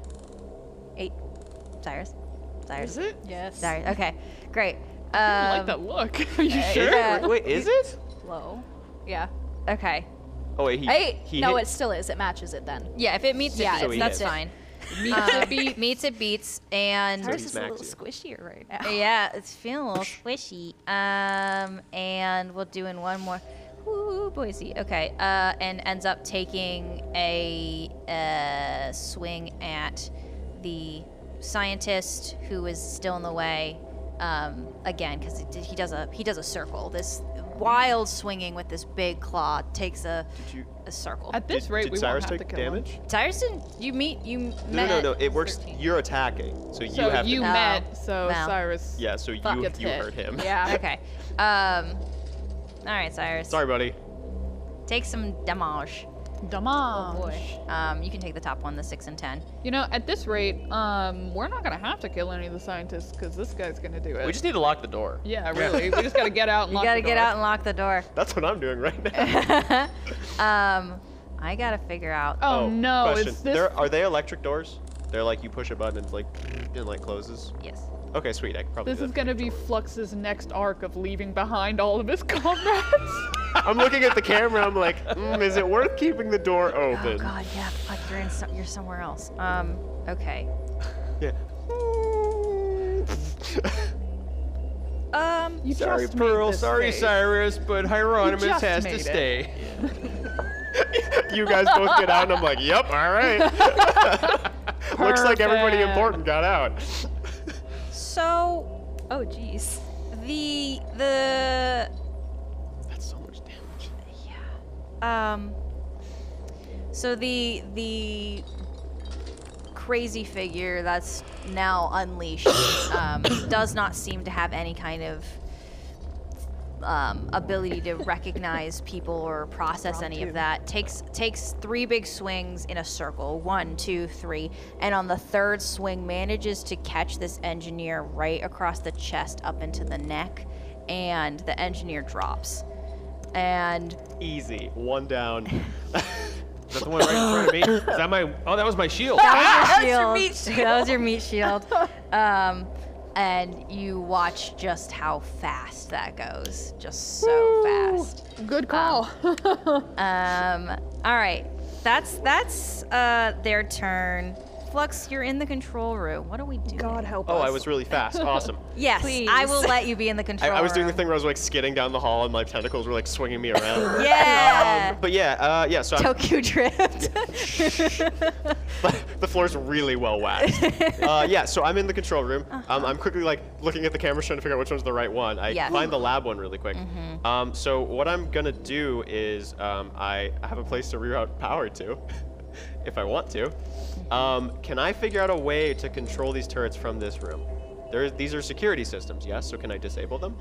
Eight. Cyrus. Cyrus. Is it? Yes. Cyrus. Okay. Great. Um, uh, I like that look. [laughs] Are you sure? yeah. Wait, is it? Low. Yeah. Okay. Oh wait, he. Hey. he no, hit- it still is. It matches it then. Uh, Yeah, if it meets, it Yeah, beats, So he that's hits. [laughs] fine. Meets Um, a [laughs] beat. meets it beats, and Cyrus is a little squishier right now. Yeah, it's feeling a little squishy. Um, and we'll do in one more. Ooh, Oh, Boise. Okay. Uh, and ends up taking a uh, swing at the scientist who is still in the way. Um, again, because he does a he does a circle. This wild swinging with this big claw takes a you- a circle. At this Did- rate, did we Cyrus won't have take to kill him. damage? Tyrison, you meet you. No, no, met- no, no. It works. 13. You're attacking, so you So have. you, to, No. met, so No. Cyrus. yeah, so you Fuck, you gets hit. hurt him. [laughs] Yeah. Okay. Um. All right, Cyrus. Sorry, buddy. Take some damage. Damage. Um, you can take the top one, the six and ten. You know, at this rate, um, we're not gonna have to kill any of the scientists because this guy's gonna do it. We just need to lock the door. yeah, really. we just gotta get out [laughs] and You lock gotta the get door. out and lock the door. That's what I'm doing right now. [laughs] Um, I gotta figure out. [laughs] Oh, no! Question: Is this there, Are they electric doors? They're like you push a button and it's like and like closes. Yes. Okay, sweet. I can probably. this do is that. gonna be Flux's next arc of leaving behind all of his [laughs] comrades? I'm looking [laughs] at the camera. I'm like, mm, is it worth keeping the door Oh open? God, yeah. Fuck, you're in. Some, you're somewhere else. Um. Okay. yeah. [laughs] Um. You Sorry, just made Pearl. this Sorry, face. Cyrus, but Hieronymus just has made to it. stay. you guys both get out, and I'm like, yep, all right. [laughs] Looks like everybody Perfect. important got out. So Oh, jeez. the the That's so much damage. um. So the the crazy figure that's now unleashed um, [coughs] does not seem to have any kind of um, ability to recognize people or process any of that. Takes takes three big swings in a circle. One, two, three, and on the third swing manages to catch this engineer right across the chest, up into the neck, and the engineer drops. And Easy. One [laughs] down. Is that the one right in front of me? Is that my? Oh, that was my shield. that was your meat shield. [laughs] that was your meat shield. Um, and you watch just how fast that goes. Just so fast. Good call. Um. All right. That's that's uh their turn. Flux, you're in the control room. What are we doing? God help Oh, us. I was really fast. Awesome. Yes, I will let you be in the [laughs] I, control. I was doing the room. thing where I was like skidding down the hall, and my tentacles were like swinging me [laughs] around. Yeah. But yeah, uh, yeah. So I'm, Tokyo Drift. [laughs] the floor's really well waxed. uh, yeah, so I'm in the control room. Um, I'm quickly like looking at the cameras, trying to figure out which one's the right one. I Yes. find the lab one really quick. Um, so what I'm gonna do is um, I I have a place to reroute power to, [laughs] if I want to. Um, can I figure out a way to control these turrets from this room? There, these are security systems, yes. So can I disable them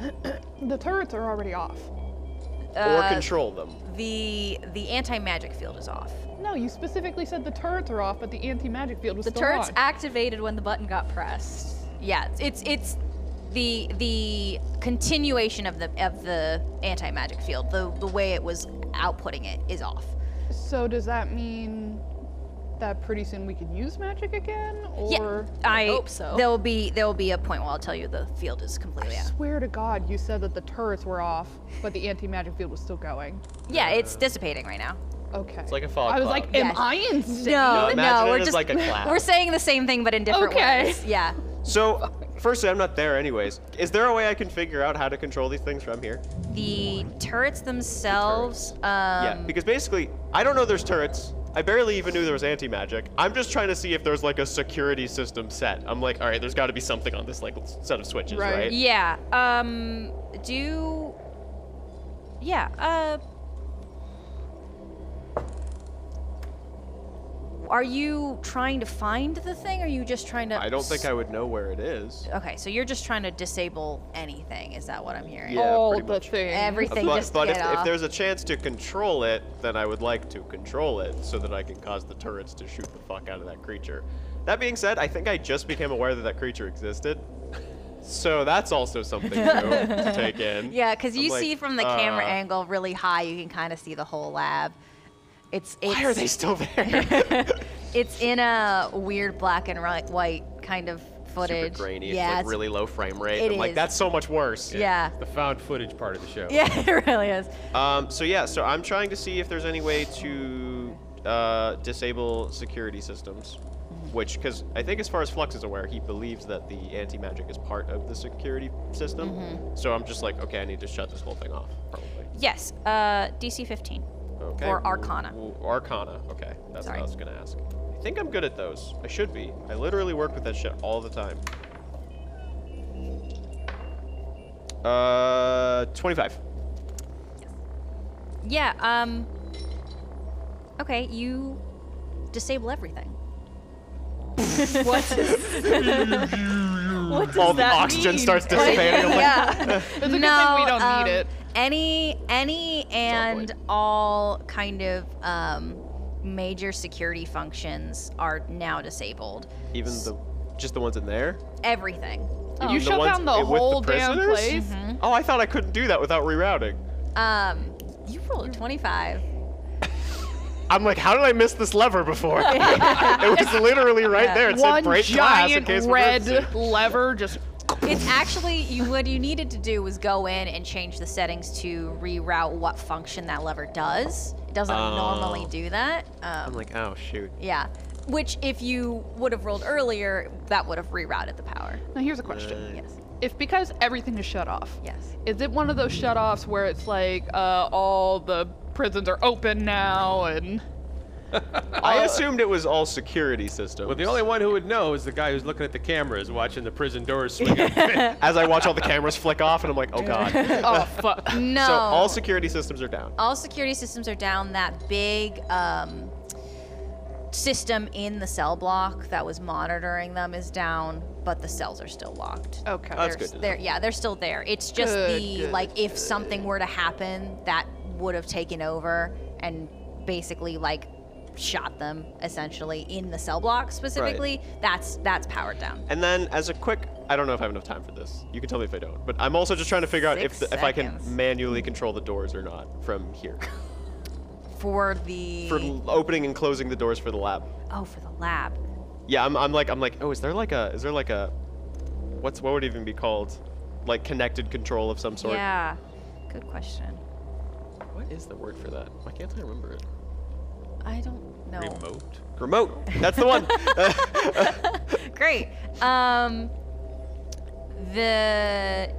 the turrets are already off. Uh, or control them? Uh, the the anti magic field is off. No, you specifically said the turrets are off, but the anti-magic field was The still turret's on. activated when the button got pressed. Yeah, it's it's the the continuation of the of the anti magic field. The the way it was outputting it is off. so does that mean that pretty soon we can use magic again? Or yeah, I hope so. There will be there will be a point where I'll tell you the field is completely out. swear to God, you said that the turrets were off, but the anti-magic field was still going. Yeah, it's dissipating right now. Okay. It's like a fog I was cloud. like, am Yes. I insane? No, imagine no, it we're as just like a cloud. we're saying the same thing but in different Okay. ways. Yeah. [laughs] So, firstly, I'm not there anyways. Is there a way I can figure out how to control these things from here? The turrets themselves. Um, Yeah, because basically, I don't know there's turrets. I barely even knew there was anti-magic. I'm just trying to see if there's like a security system set. I'm like, all right, there's got to be something on this like s- set of switches, Right. right? Yeah. Um. Do. Yeah. Uh. Are you trying to find the thing? Or are you just trying to? I don't think I would know where it is. Okay, so you're just trying to disable anything. Is that what I'm hearing? Yeah, all pretty the much. things. Everything But, just but get if, off. if there's a chance to control it, then I would like to control it so that I can cause the turrets to shoot the fuck out of that creature. That being said, I think I just became aware that that creature existed. [laughs] So that's also something new [laughs] to take in. yeah, because I'm you like, see from the camera uh, angle really high, you can kind of see the whole lab. It's it's Why are they still [laughs] there? [laughs] it's in a weird black and ri- white kind of footage. Super grainy. Yeah, it's like really low frame rate. it I'm like, is. that's so much worse. yeah, [laughs] The found footage part of the show. yeah, it really is. Um, so yeah, so I'm trying to see if there's any way to uh, disable security systems, which because I think as far as Flux is aware, he believes that the anti-magic is part of the security system. So I'm just like, okay, I need to shut this whole thing off. Probably. Mm-hmm. Yes, uh, DC 15 Okay. or Arcana. Ooh, Arcana. Okay, that's Sorry. what I was gonna ask. I think I'm good at those. I should be. I literally work with that shit all the time. Uh, 25. Yeah. Um. Okay, you disable everything. What does All the that oxygen mean? starts dissipating. I'm like, yeah. [laughs] It's a good no, thing we don't um, need it. Any, any, and all kind of um, major security functions are now disabled. Even the, just the ones in there. Everything. Even You the shut ones down the i- with whole damn prisoners? place. Mm-hmm. Oh, I thought I couldn't do that without rerouting. Um, you rolled a 25. I'm like, how did I miss this lever before? [laughs] it [laughs] was literally right there. It One said break glass in giant case of emergency. red [laughs] lever just. It's actually you, what you needed to do was go in and change the settings to reroute what function that lever does. It doesn't Oh. normally do that. I'm Um, like, oh shoot. yeah. Which, if you would have rolled earlier, that would have rerouted the power. Now here's a question. Yes. If because everything is shut off, Yes. is it one of those shut offs where it's like uh, all the prisons are open now and Uh, I assumed it was all security systems. Well, the only one who would know is the guy who's looking at the cameras, watching the prison doors swing open. As I watch all the cameras flick off, and I'm like, oh [laughs] god. oh fuck? No. So all security systems are down. all security systems are down. That big um, system in the cell block that was monitoring them is down, but the cells are still locked. Okay. They're- That's good. to know. They're, yeah, they're still there. It's just Good, the good, like if something were to happen, that would have taken over and basically like shot them essentially in the cell block specifically. That's that's powered down. And then, as a quick, I don't know if I have enough time for this. You can tell me if I don't. But I'm also just trying to figure out if Six the, if I can seconds. manually control the doors or not from here [laughs] For the for l- opening and closing the doors for the lab. oh for the lab. Yeah, I'm, I'm like I'm like oh is there like a is there like a what's what would it even be called like connected control of some sort? Yeah, good question. What is the word for that? Why can't I remember it? I don't know. Remote. Remote. That's [laughs] the one. [laughs] Great. Um, the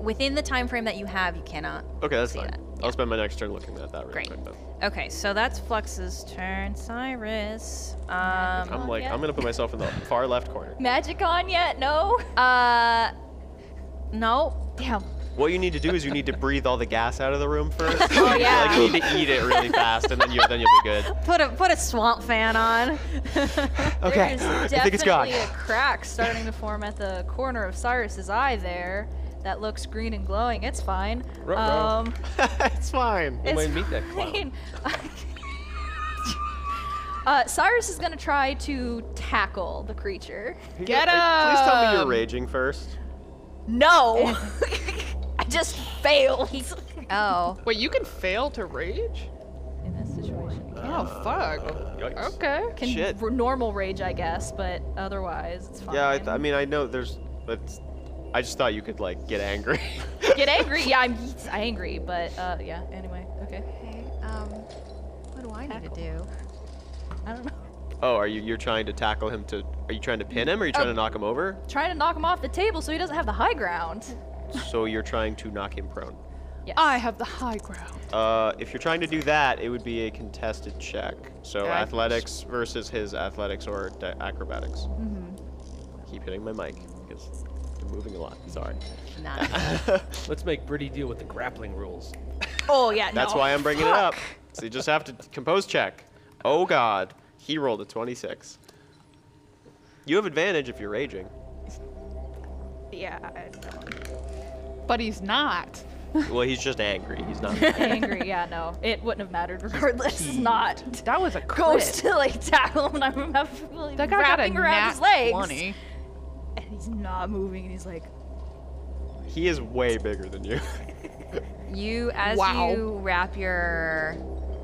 within the time frame that you have, you cannot. okay, that's See fine. that, I'll spend my next turn looking at that. Really Great. Quick, then. Okay, so that's Flux's turn. Cyrus. I'm Um, like yeah. I'm gonna put myself in the far left corner. Magic on yet? No. uh, no. Damn. What you need to do is you [laughs] need to breathe all the gas out of the room first. Oh like you yeah. need to eat it really fast, and then you then you'll be good. Put a put a swamp fan [laughs] on. There Okay, is I definitely think it's gone. a crack starting to form at the corner of Cyrus's eye there. That looks green and glowing. It's fine. Ruh-roh. Um, [laughs] it's fine. it's might meet that clown. fine. [laughs] uh, Cyrus is gonna try to tackle the creature. Get Please tell me you're him! raging first. No, [laughs] I just failed. Oh. Wait, you can fail to rage? [laughs] in this situation. Oh fuck. Yikes. Okay. Can Shit. r- normal rage, I guess, but otherwise it's fine. Yeah, I, th- I mean I know there's, but it's- I just thought you could like get angry. [laughs] get angry. Yeah, I'm yeets angry, but uh, yeah. Anyway, okay. Um, what do I need to do? I don't know. oh, are you you're trying to tackle him to? Are you trying to pin him? Or are you Oh. trying to knock him over? Trying to knock him off the table so he doesn't have the high ground. So you're trying to knock him prone. Yes. I have the high ground. Uh, if you're trying to do that, it would be a contested check. So Yeah, I- athletics versus his athletics or da- acrobatics. Mm-hmm. Keep hitting my mic because I'm moving a lot. Sorry. Nah. Let's make Brittany deal with the grappling rules. Oh yeah. That's no. why I'm bringing it up. So you just have to compose check. Oh God, he rolled a 26. You have advantage if you're raging. yeah. [laughs] I don't know. But he's not. Well, he's just angry. He's [laughs] not. angry. Yeah, no. It wouldn't have mattered regardless. It's not. That was a Goes crit. to like tackle him and I'm having That guy got a wrapping around nat his legs. 20. And he's not moving and he's like, he is way bigger than you. [laughs] You, as Wow. you wrap your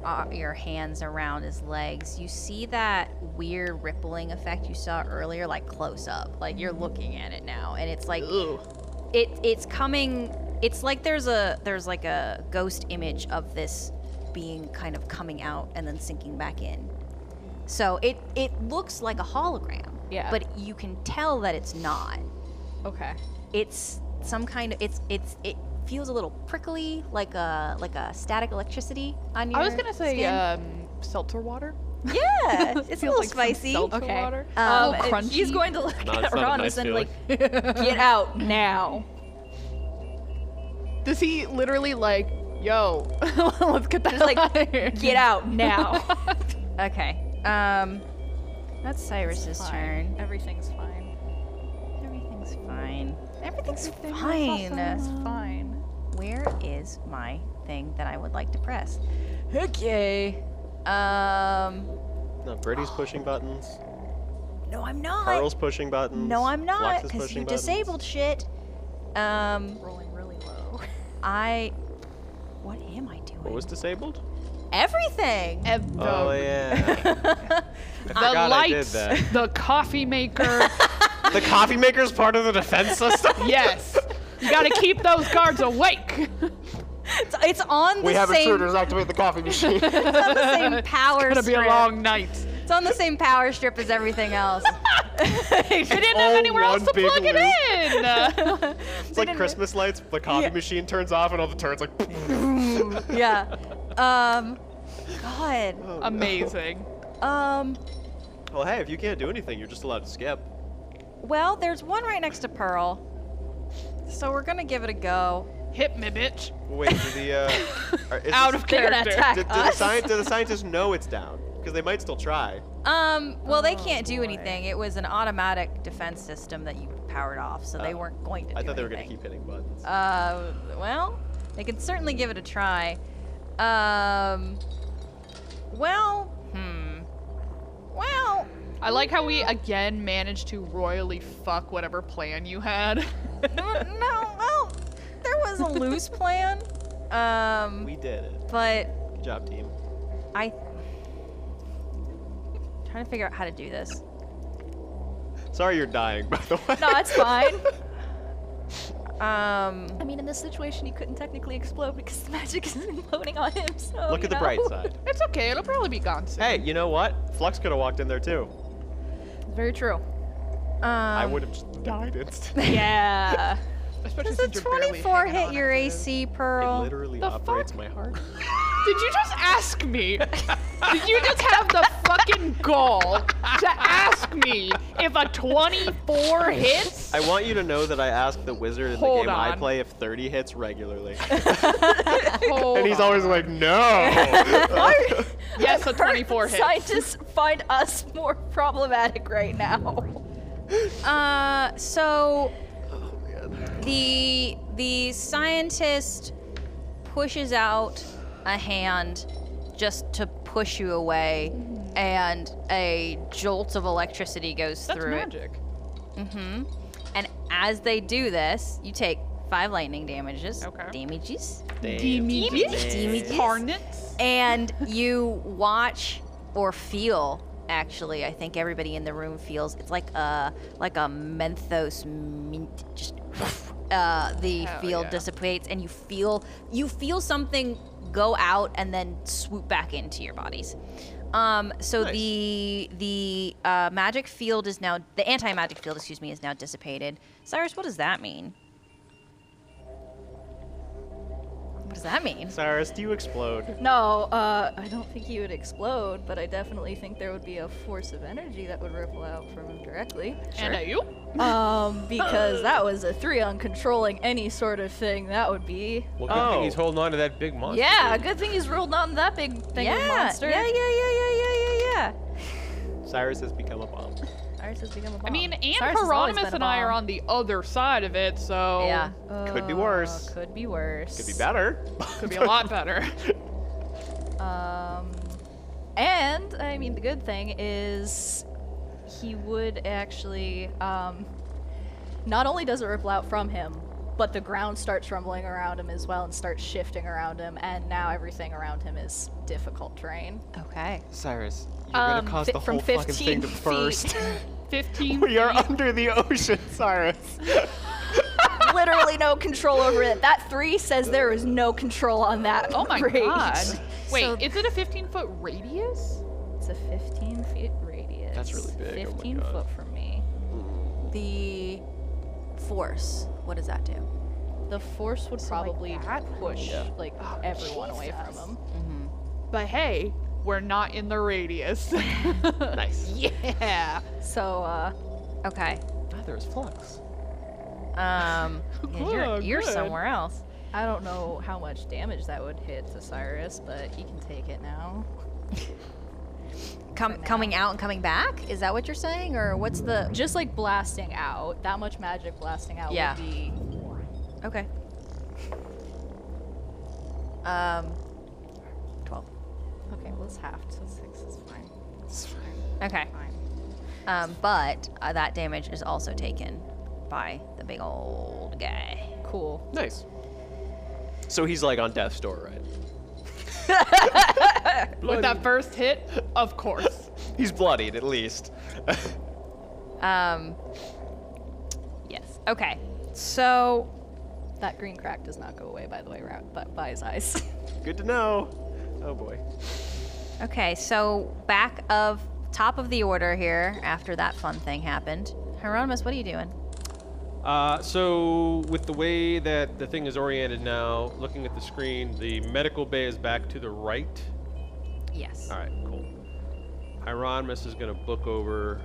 uh, your hands around his legs, you see that weird rippling effect you saw earlier, like close up. Like you're looking at it now, and it's like it it's coming. It's like there's a there's like a ghost image of this being kind of coming out and then sinking back in. So it it looks like a hologram. Yeah. But you can tell that it's not okay. it's some kind of it's it's it feels a little prickly, like a like a static electricity on your. I was gonna say skin. um, seltzer water. [laughs] yeah, it's a little like some Oh, spicy. seltzer Okay. water. Um, and He's crunchy. going to look No, at it's not a Ronis nice and feeling. like, get out now. Does he literally like, yo, let's get that Just like, out of here. Get out now. [laughs] okay. Um, that's Cyrus's Fine. turn. Everything's fine. Everything's fine. Everything's Everything is fine. awesome. Fine. Where is my thing that I would like to press? Okay. Um. No, Brady's pushing buttons. No, I'm not. Carl's pushing buttons. no, I'm not, Lox is because pushing you buttons. disabled shit. Um, Rolling really [laughs] low. I. What am I doing? What was disabled? Everything. Ev- the, Oh [laughs] yeah. the forgot I did lights, that. the coffee maker. the coffee maker's part of the defense [laughs] system. yes, you gotta keep those guards awake. It's, it's on We the have same. intruders activate the coffee machine. It's on the same power Gonna be strip. a long night. It's on the same power strip as everything else. They didn't all have anywhere else one to big plug it in. [laughs] Uh, It's like Christmas lights. The coffee machine turns off, and all the turns like. [laughs] yeah. Um. God. Amazing. Um. Well, hey, if you can't do anything, you're just allowed to skip. Well, there's one right next to Pearl. So we're gonna give it a go. Hit me, bitch. Wait, do the uh, are- is Out this- of They're gonna character. attack Did, did the us. science, do the scientists know it's down? Because they might still try. Um, well, they Oh, can't do anything. It was an automatic defense system that you powered off, so they Oh. weren't going to. I do thought they were going to anything. keep hitting buttons. Uh, well, they could certainly give it a try. Um, well, hmm. Well, [laughs] I like how we again managed to royally fuck whatever plan [laughs] you had. uh, no. Well, there was a [laughs] loose plan. Um, we did it. but Good job, team. I trying to figure out how to do this. Sorry you're dying, [laughs] by the way. [laughs] No, it's fine. Um, I mean, in this situation, he couldn't technically explode because the magic is imploding on him. So Look you at the know. bright side. it's okay. It'll probably be gone soon. Hey, you know what? Flux could have walked in there too. Very true. um, I would have just died instantly. Yeah. Especially Does a since you're barely 24 hanging hit on your after this. AC, [laughs] It Pearl? literally The operates fuck? my heart. Did you just [laughs] ask me? Did you just have the fucking gall to ask me if a 24 [laughs] hits? I want you to know that I asked the wizard in Hold the game I on. play if 30 hits regularly. [laughs] Hold and he's on. always like, no. yes, a 24 hits. Scientists find us more problematic right now. Uh, so the the scientist pushes out a hand just to push you away, and a jolt of electricity goes That's through magic. it. hmm And as they do this, you take five lightning damages. Okay. Damages. Demiges? Tarnets? and you watch or feel actually i think everybody in the room feels it's like a like a menthos mint just uh, the Hell field yeah. dissipates and you feel you feel something go out and then swoop back into your bodies um, so the the uh, magic field is now the anti-magic field excuse me is now dissipated cyrus what does that mean what does that mean Cyrus, do you explode? No, uh, I don't think he would explode, but I definitely think there would be a force of energy that would ripple out from him [laughs] directly. And a you? Um, because that was a three on controlling any sort of thing. That would be. Well, good Oh. thing he's holding on to that big monster. Yeah, good thing he's ruled on that big thing yeah, of monster. Yeah, yeah, yeah, yeah, yeah, yeah, yeah. Cyrus has become a bomb. Ours has become a bomb. I mean, and Cyrus has always Hieronymus been a and I are bomb. on the other side of it, so Yeah. Could be worse. Uh, Could be worse. Could be better. [laughs] could be a lot better. Um, and I mean, the good thing is he would actually. Um, not only does it ripple out from him, but the ground starts rumbling around him as well and starts shifting around him, and now everything around him is difficult terrain. Okay. Cyrus, you're Um, fi- from 15 feet. [laughs] [laughs] 15 we are feet. under the ocean, Cyrus. Literally no control over it. That three says there is no control on that. Oh my rage. god. [laughs] Wait, So- is it a 15 foot radius? It's a 15 feet radius. That's really big, oh my 15 God. foot from me. The force. What does that do? the force would like probably that? push like everyone away from him. But hey, we're not in [laughs] the radius. nice. Yeah. So uh, Okay. Ah, Neither is Flux. [laughs] Um, yeah, Oh, you're, Good, you're good. somewhere else. I don't know how much damage that would hit to Cyrus, but he can take it now. Com- coming out and coming back? Is that what you're saying? Or what's the. Just like blasting out, that much magic blasting out Yeah. would be Okay. Um, 12. okay. Well, it's half, so six is fine. It's fine. Okay. Fine. Um, but uh, that damage is also taken by the big old guy. Cool. Nice. So he's like on death's door, right? With that first hit, of course. He's bloodied at least. Um, yes. Okay. So That green crack does not go away, by the way, ra- but by his eyes. Good to know. Oh boy. Okay, so back of top of the order here after that fun thing happened. Hieronymus, what are you doing? Uh, so, with the way that the thing is oriented now, looking at the screen, the medical bay is back to the right. Yes. All right, cool. Hieronymus is going to book over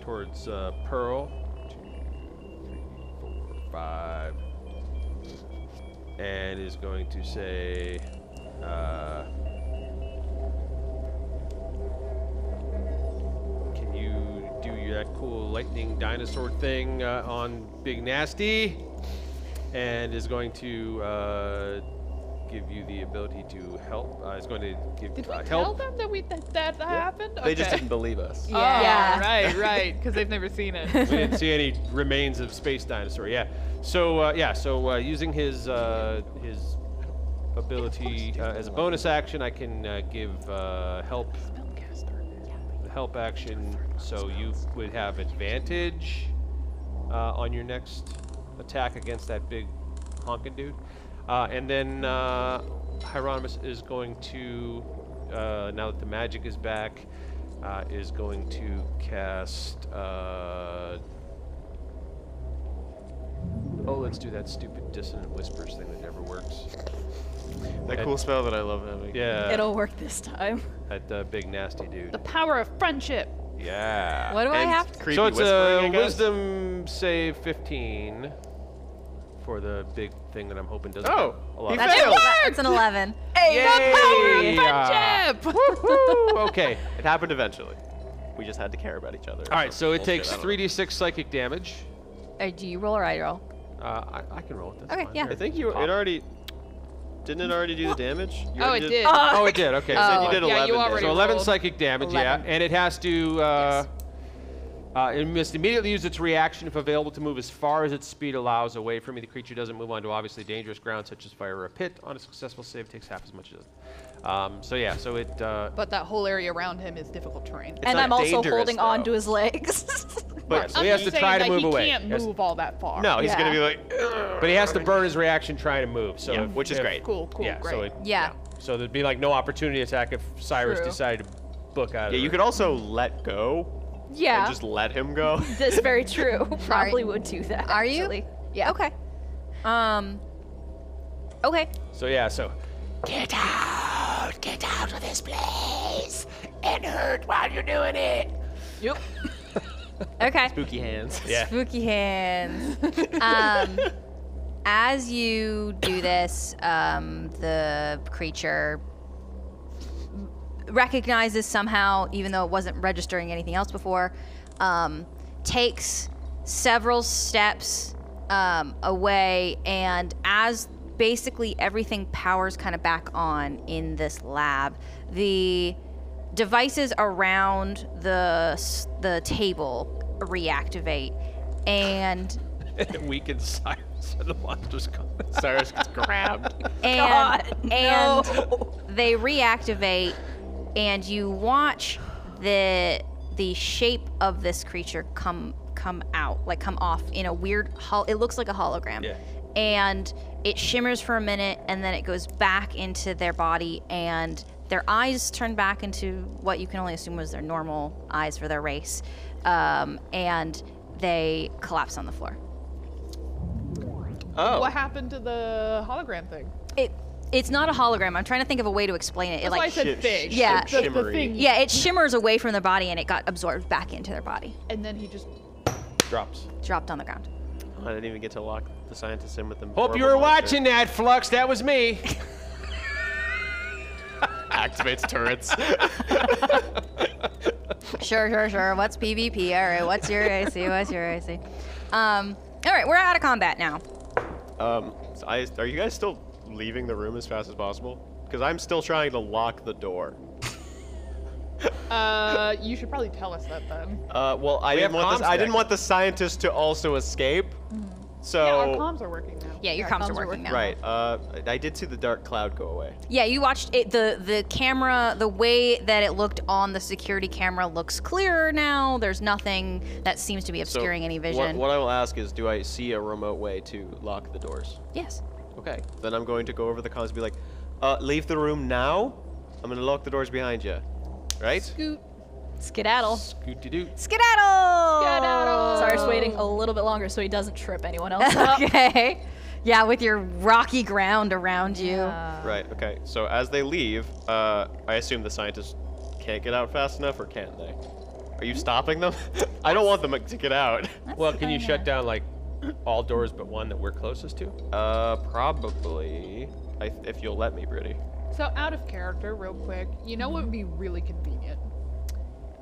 towards uh, Pearl. Two, three, four, five. And is going to say. Uh, can you do that cool lightning dinosaur thing uh, on Big Nasty? And is going to. Uh, Give you the ability to help. Uh, is going to give Did we uh, tell help. them that we that that happened? They just Okay. didn't believe us. Oh, Yeah. [laughs] right, right. Because they've never seen it. we didn't see any remains of space dinosaur. Yeah. So uh, yeah. So uh, using his uh, his ability uh, as a bonus action, I can uh, give uh, help help action. So you would have advantage uh, on your next attack against that big honking dude. Uh, and then uh, Hieronymus is going to, uh, now that the magic is back, uh, is going to cast. Uh, oh, let's do that stupid dissonant whispers thing that never works. That cool spell that I love having. Yeah, It'll work this time. that uh, big nasty dude. the power of friendship. Yeah. What do I have? To, Creepy so it's whispering, I a guess. wisdom save 15 for the big thing that I'm hoping doesn't. Oh, a lot. he of- that's, failed. that's an [laughs] 11. Yay! [laughs] Woohoo! okay. It happened eventually. We just had to care about each other. All right, so it takes three. 3d6 psychic damage. Uh, do you roll or I roll? Uh, I, I can roll it. That's Okay, fine. yeah. I think you. It already. Didn't it already do the damage? You Oh, it already did. Uh, Oh, it did. Okay. Oh. So you did Yeah, 11 you already So damage. 11 rolled. psychic damage, yeah. And it has to. Uh, uh, it must immediately use its reaction if available to move as far as its speed allows away from me. The creature doesn't move onto obviously dangerous ground such as fire or a pit. On a successful save, it takes half as much as. Um, so yeah, so it. Uh, But that whole area around him is difficult terrain. It's and not I'm also dangerous, holding on though. to his legs. [laughs] but so he has to saying try to that move he away. can't He has- move all that far. No, he's gonna Yeah. be like. But he has to burn his reaction trying to move. So Yeah, if- which is if- great. Cool, cool, yeah, great. So it, Yeah. So there'd be like no opportunity attack if Cyrus True. decided to book out. of Yeah, the you could also let go and yeah, just let him go. that's very [laughs] true. Probably would do that. Are you? actually. Yeah. Okay. Um. Okay. So yeah, so Okay. Spooky hands. [laughs] yeah. Spooky [laughs] hands. um, as you do this, um, the creature recognizes somehow, even though it wasn't registering anything else before, um, takes several steps um, away, and as basically everything powers kind of back on in this lab, the devices around the s- the table reactivate, and Weakened Cyrus and the monster's coming. Cyrus gets grabbed. and God, and [laughs] they reactivate and you watch the the shape of this creature come come out like come off in a weird hol- it looks like a hologram Yeah. and it shimmers for a minute and then it goes back into their body and their eyes turn back into what you can only assume was their normal eyes for their race um, and they collapse on the floor Oh. What happened to the hologram thing? It it's not a hologram. I'm trying to think of a way to explain it. It That's why I like said Shim- thing. sh- Yeah. The- the shimmery. thing. yeah, it shimmers away from their body and it got absorbed back into their body, And then he just Drops. dropped on the ground. I didn't even get to lock the scientists in with them. Hope you were watching that, Flux. That was me. Activates turrets. Sure, sure, sure. What's PvP? All right. What's your AC? What's your AC? Um. All right, we're out of combat now. [laughs] um, so I, are you guys still leaving the room as fast as possible? Because I'm still trying to lock the door. uh, you should probably tell us that then. Uh, well, I didn't have want comms this, I didn't deck. want the scientists to also escape. So Yeah, our Oh. comms are working now. Yeah, your Our comms, comms are are working working. now. right, uh, I did see the dark cloud go away. Yeah, you watched it. The the camera, the way that it looked on the security camera looks clearer now. There's nothing that seems to be So obscuring any what- vision. what I will ask is, do I see a remote way to lock the doors? Yes. Okay. Then I'm going to go over the comms and be like, uh, leave the room now. I'm going to lock the doors behind you. Right? Scoot. Skedaddle. Scoot-de-doo. Skedaddle. Skedaddle. Cyrus waiting a little bit longer so he doesn't trip [laughs] anyone else up. okay. Yeah, with your rocky ground around you. Right. Okay. So as they leave, uh, I assume the scientists can't get out fast enough, or can they? Are Hmm? you stopping them? [laughs] I don't want them to get out. Well, can you shut [laughs] down like all doors but one that we're closest to? Uh, probably. I, if you'll let me, Brittany. So out of character, real quick. You know what would be really convenient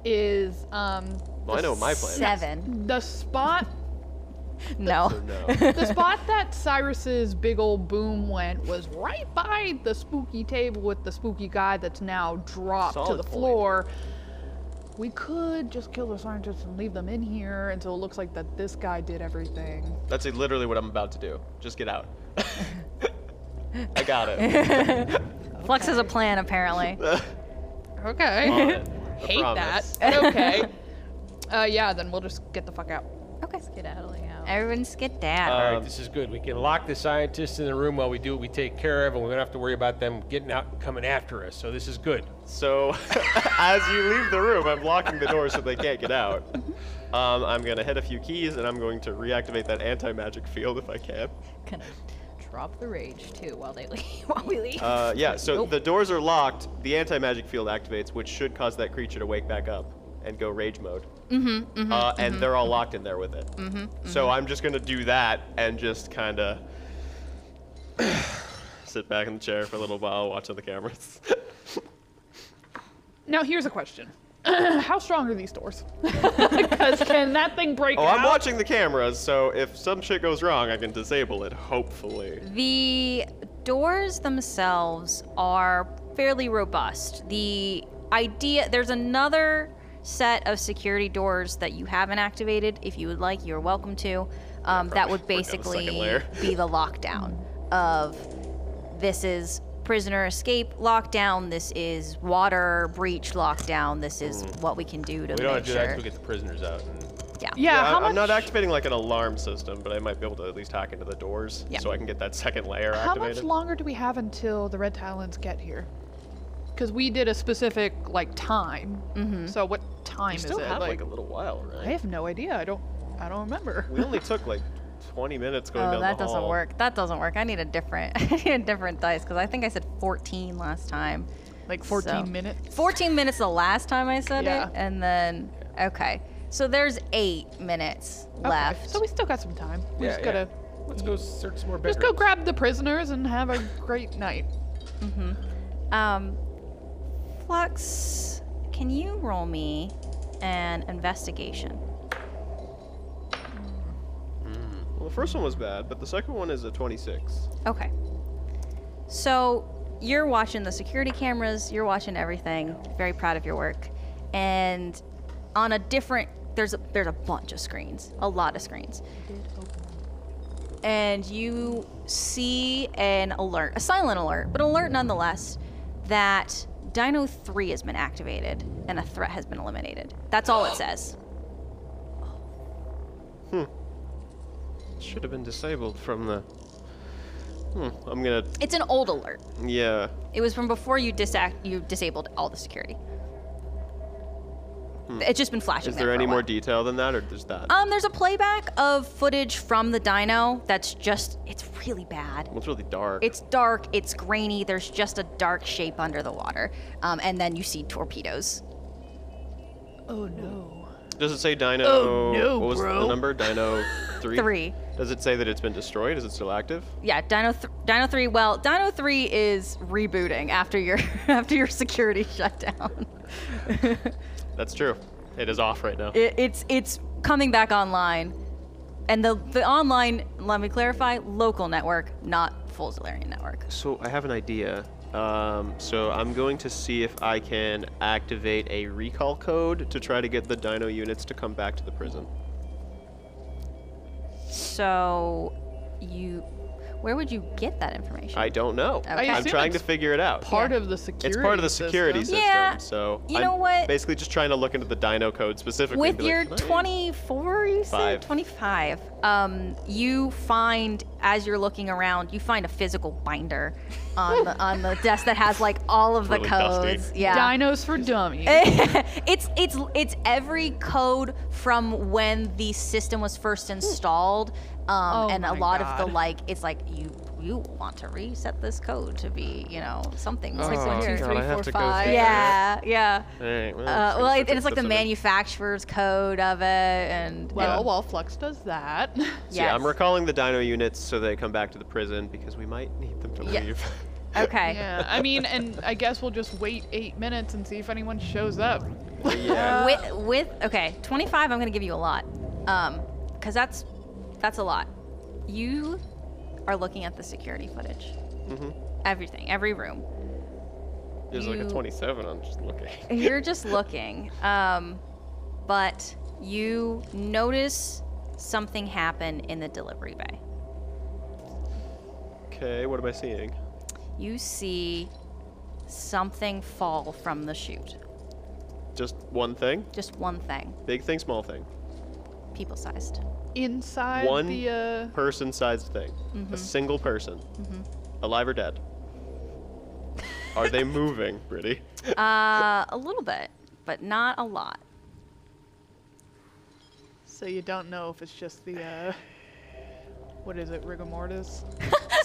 is um Well, I know my plan. Seven. the spot No. No. the spot that Cyrus's big old boom went was right by the spooky table with the spooky guy that's now dropped to Solid the point. floor. We could just kill the scientists and leave them in here until it looks like that this guy did everything. That's literally what I'm about to do. Just get out. [laughs] I got [laughs] it. Flux has a plan apparently. [laughs] Okay. Hate promise. that. [laughs] okay. Uh, yeah, then we'll just get the fuck out. okay. Skedaddling out. Everyone skedaddle. All right, this is good. We can lock the scientists in the room while we do what we take care of, and we don't have to worry about them getting out and coming after us. So this is good. So, [laughs] as you leave the room, I'm locking the door so they can't get out. Um, I'm gonna hit a few keys, and I'm going to reactivate that anti-magic field if I can. Gonna drop the rage too while they leave. [laughs] While we leave. Uh, yeah. So the doors are locked. The anti-magic field activates, which should cause that creature to wake back up and go rage mode. Mm-hmm. uh, and they're all locked in there with it. Mm-hmm, So I'm just gonna do that and just kind of [sighs] sit back in the chair for a little while, watching the cameras. [laughs] Now here's a question. [clears throat] How strong are these doors? [laughs] Because can that thing break oh, out? I'm watching the cameras, so if some shit goes wrong, I can disable it. Hopefully. The doors themselves are fairly robust. The idea there's another set of security doors that you haven't activated. If you would like, you're welcome to. Um, that would probably work on the second basically layer. [laughs] be the lockdown of this is prisoner escape lockdown. This is water breach lockdown. This is what we can do to Mm. We don't make want to do that sure. until we get the prisoners out. And Yeah, Yeah, how I'm- much? I'm not activating like an alarm system, but I might be able to at least hack into the doors Yeah. so I can get that second layer How activated. much longer do we have until the Red Talons get here? Because we did a specific like time. Mm-hmm. So what time Still is it? have like, Like, a little while, right? I have no idea. I don't. I don't remember. We only took like 20 minutes going Oh, down that the doesn't hall. work. That doesn't work. I need a different, [laughs] I need a different dice because I think I said 14 last time. Like 14 So- minutes. 14 minutes the last time I said Yeah. it, and then okay. So there's eight minutes Okay, left. So we still got some time. We Yeah, just yeah. gotta let's go search some more bedrooms. just go grab the prisoners and have a great night. um, Flux, can you roll me an investigation? Well, the first one was bad, but the second one is a 26. Okay. So you're watching the security cameras, you're watching everything. Very proud of your work. And on a different there's a there's a bunch of screens, a lot of screens. And you see an alert, a silent alert, but alert nonetheless, that Dino 3 has been activated and a threat has been eliminated. That's all it says. Should have been disabled from the. Hmm, I'm gonna. It's an old alert. Yeah. It was from before you disact you disabled all the security. It's just been flashing. Hmm. Is there for a any more while. detail than that, or just that? Um, there's a playback of footage from the dino that's just, it's really bad. Well, it's really dark. It's dark, it's grainy, there's just a dark shape under the water. Um, and then you see torpedoes. Does it say Dino? Oh, no, what was the bro. number? Dino three. Three. Does it say that it's been destroyed? Is it still active? Yeah, Dino, th- Dino 3, well, Dino 3 is rebooting after your [laughs] after your security [laughs] shutdown. That's true. It is off right now. It, it's it's coming back online. And the, the online, let me clarify, local network, not full Solarian network. So I have an idea. Um, so I'm going to see if I can activate a recall code to try to get the Dino units to come back to the prison. So you where would you get that information? I don't know. I I'm assume trying to it's figure it out. Part Yeah. of the security. It's part of the security system. system. Yeah. So You I'm know what? Basically, just trying to look into the Dino code specifically. and With be like, your "Can I-" 24, you said Five. 25. Um, you find as you're looking around, you find a physical binder on the on the desk that has like all of the Really dusty. codes. Yeah. Dinos for dummies. [laughs] it's it's it's every code from when the system was first installed, um, Oh and a my lot of God. the like. It's like you you want to reset this code to be you know something. more Oh, secure. God, I have to go through yeah, yeah. All right, well, Uh, it's well, been it, such a- it's like the such a- manufacturer's code of it, and well, while Flux does that. and- So Yeah, I'm yes. recalling the Dino units so they come back to the prison because we might need them to Yeah. leave. [laughs] okay. [laughs] Yeah, I mean, and I guess we'll just wait eight minutes and see if anyone shows up. yeah. with, with okay 25 i'm gonna give you a lot um because that's that's a lot you are looking at the security footage everything every room There's like a you- 27. I'm just looking. you're just looking um but you notice something happen in the delivery bay Okay, what am I seeing? you see something fall from the chute Just one thing? just one thing Big thing, small thing. people sized Inside One the. Uh, Person sized thing. Mm-hmm. A single person. Alive or dead. Are they moving, Brittany? uh a little bit but not a lot so you don't know if it's just the. Uh, what is it, rigor mortis?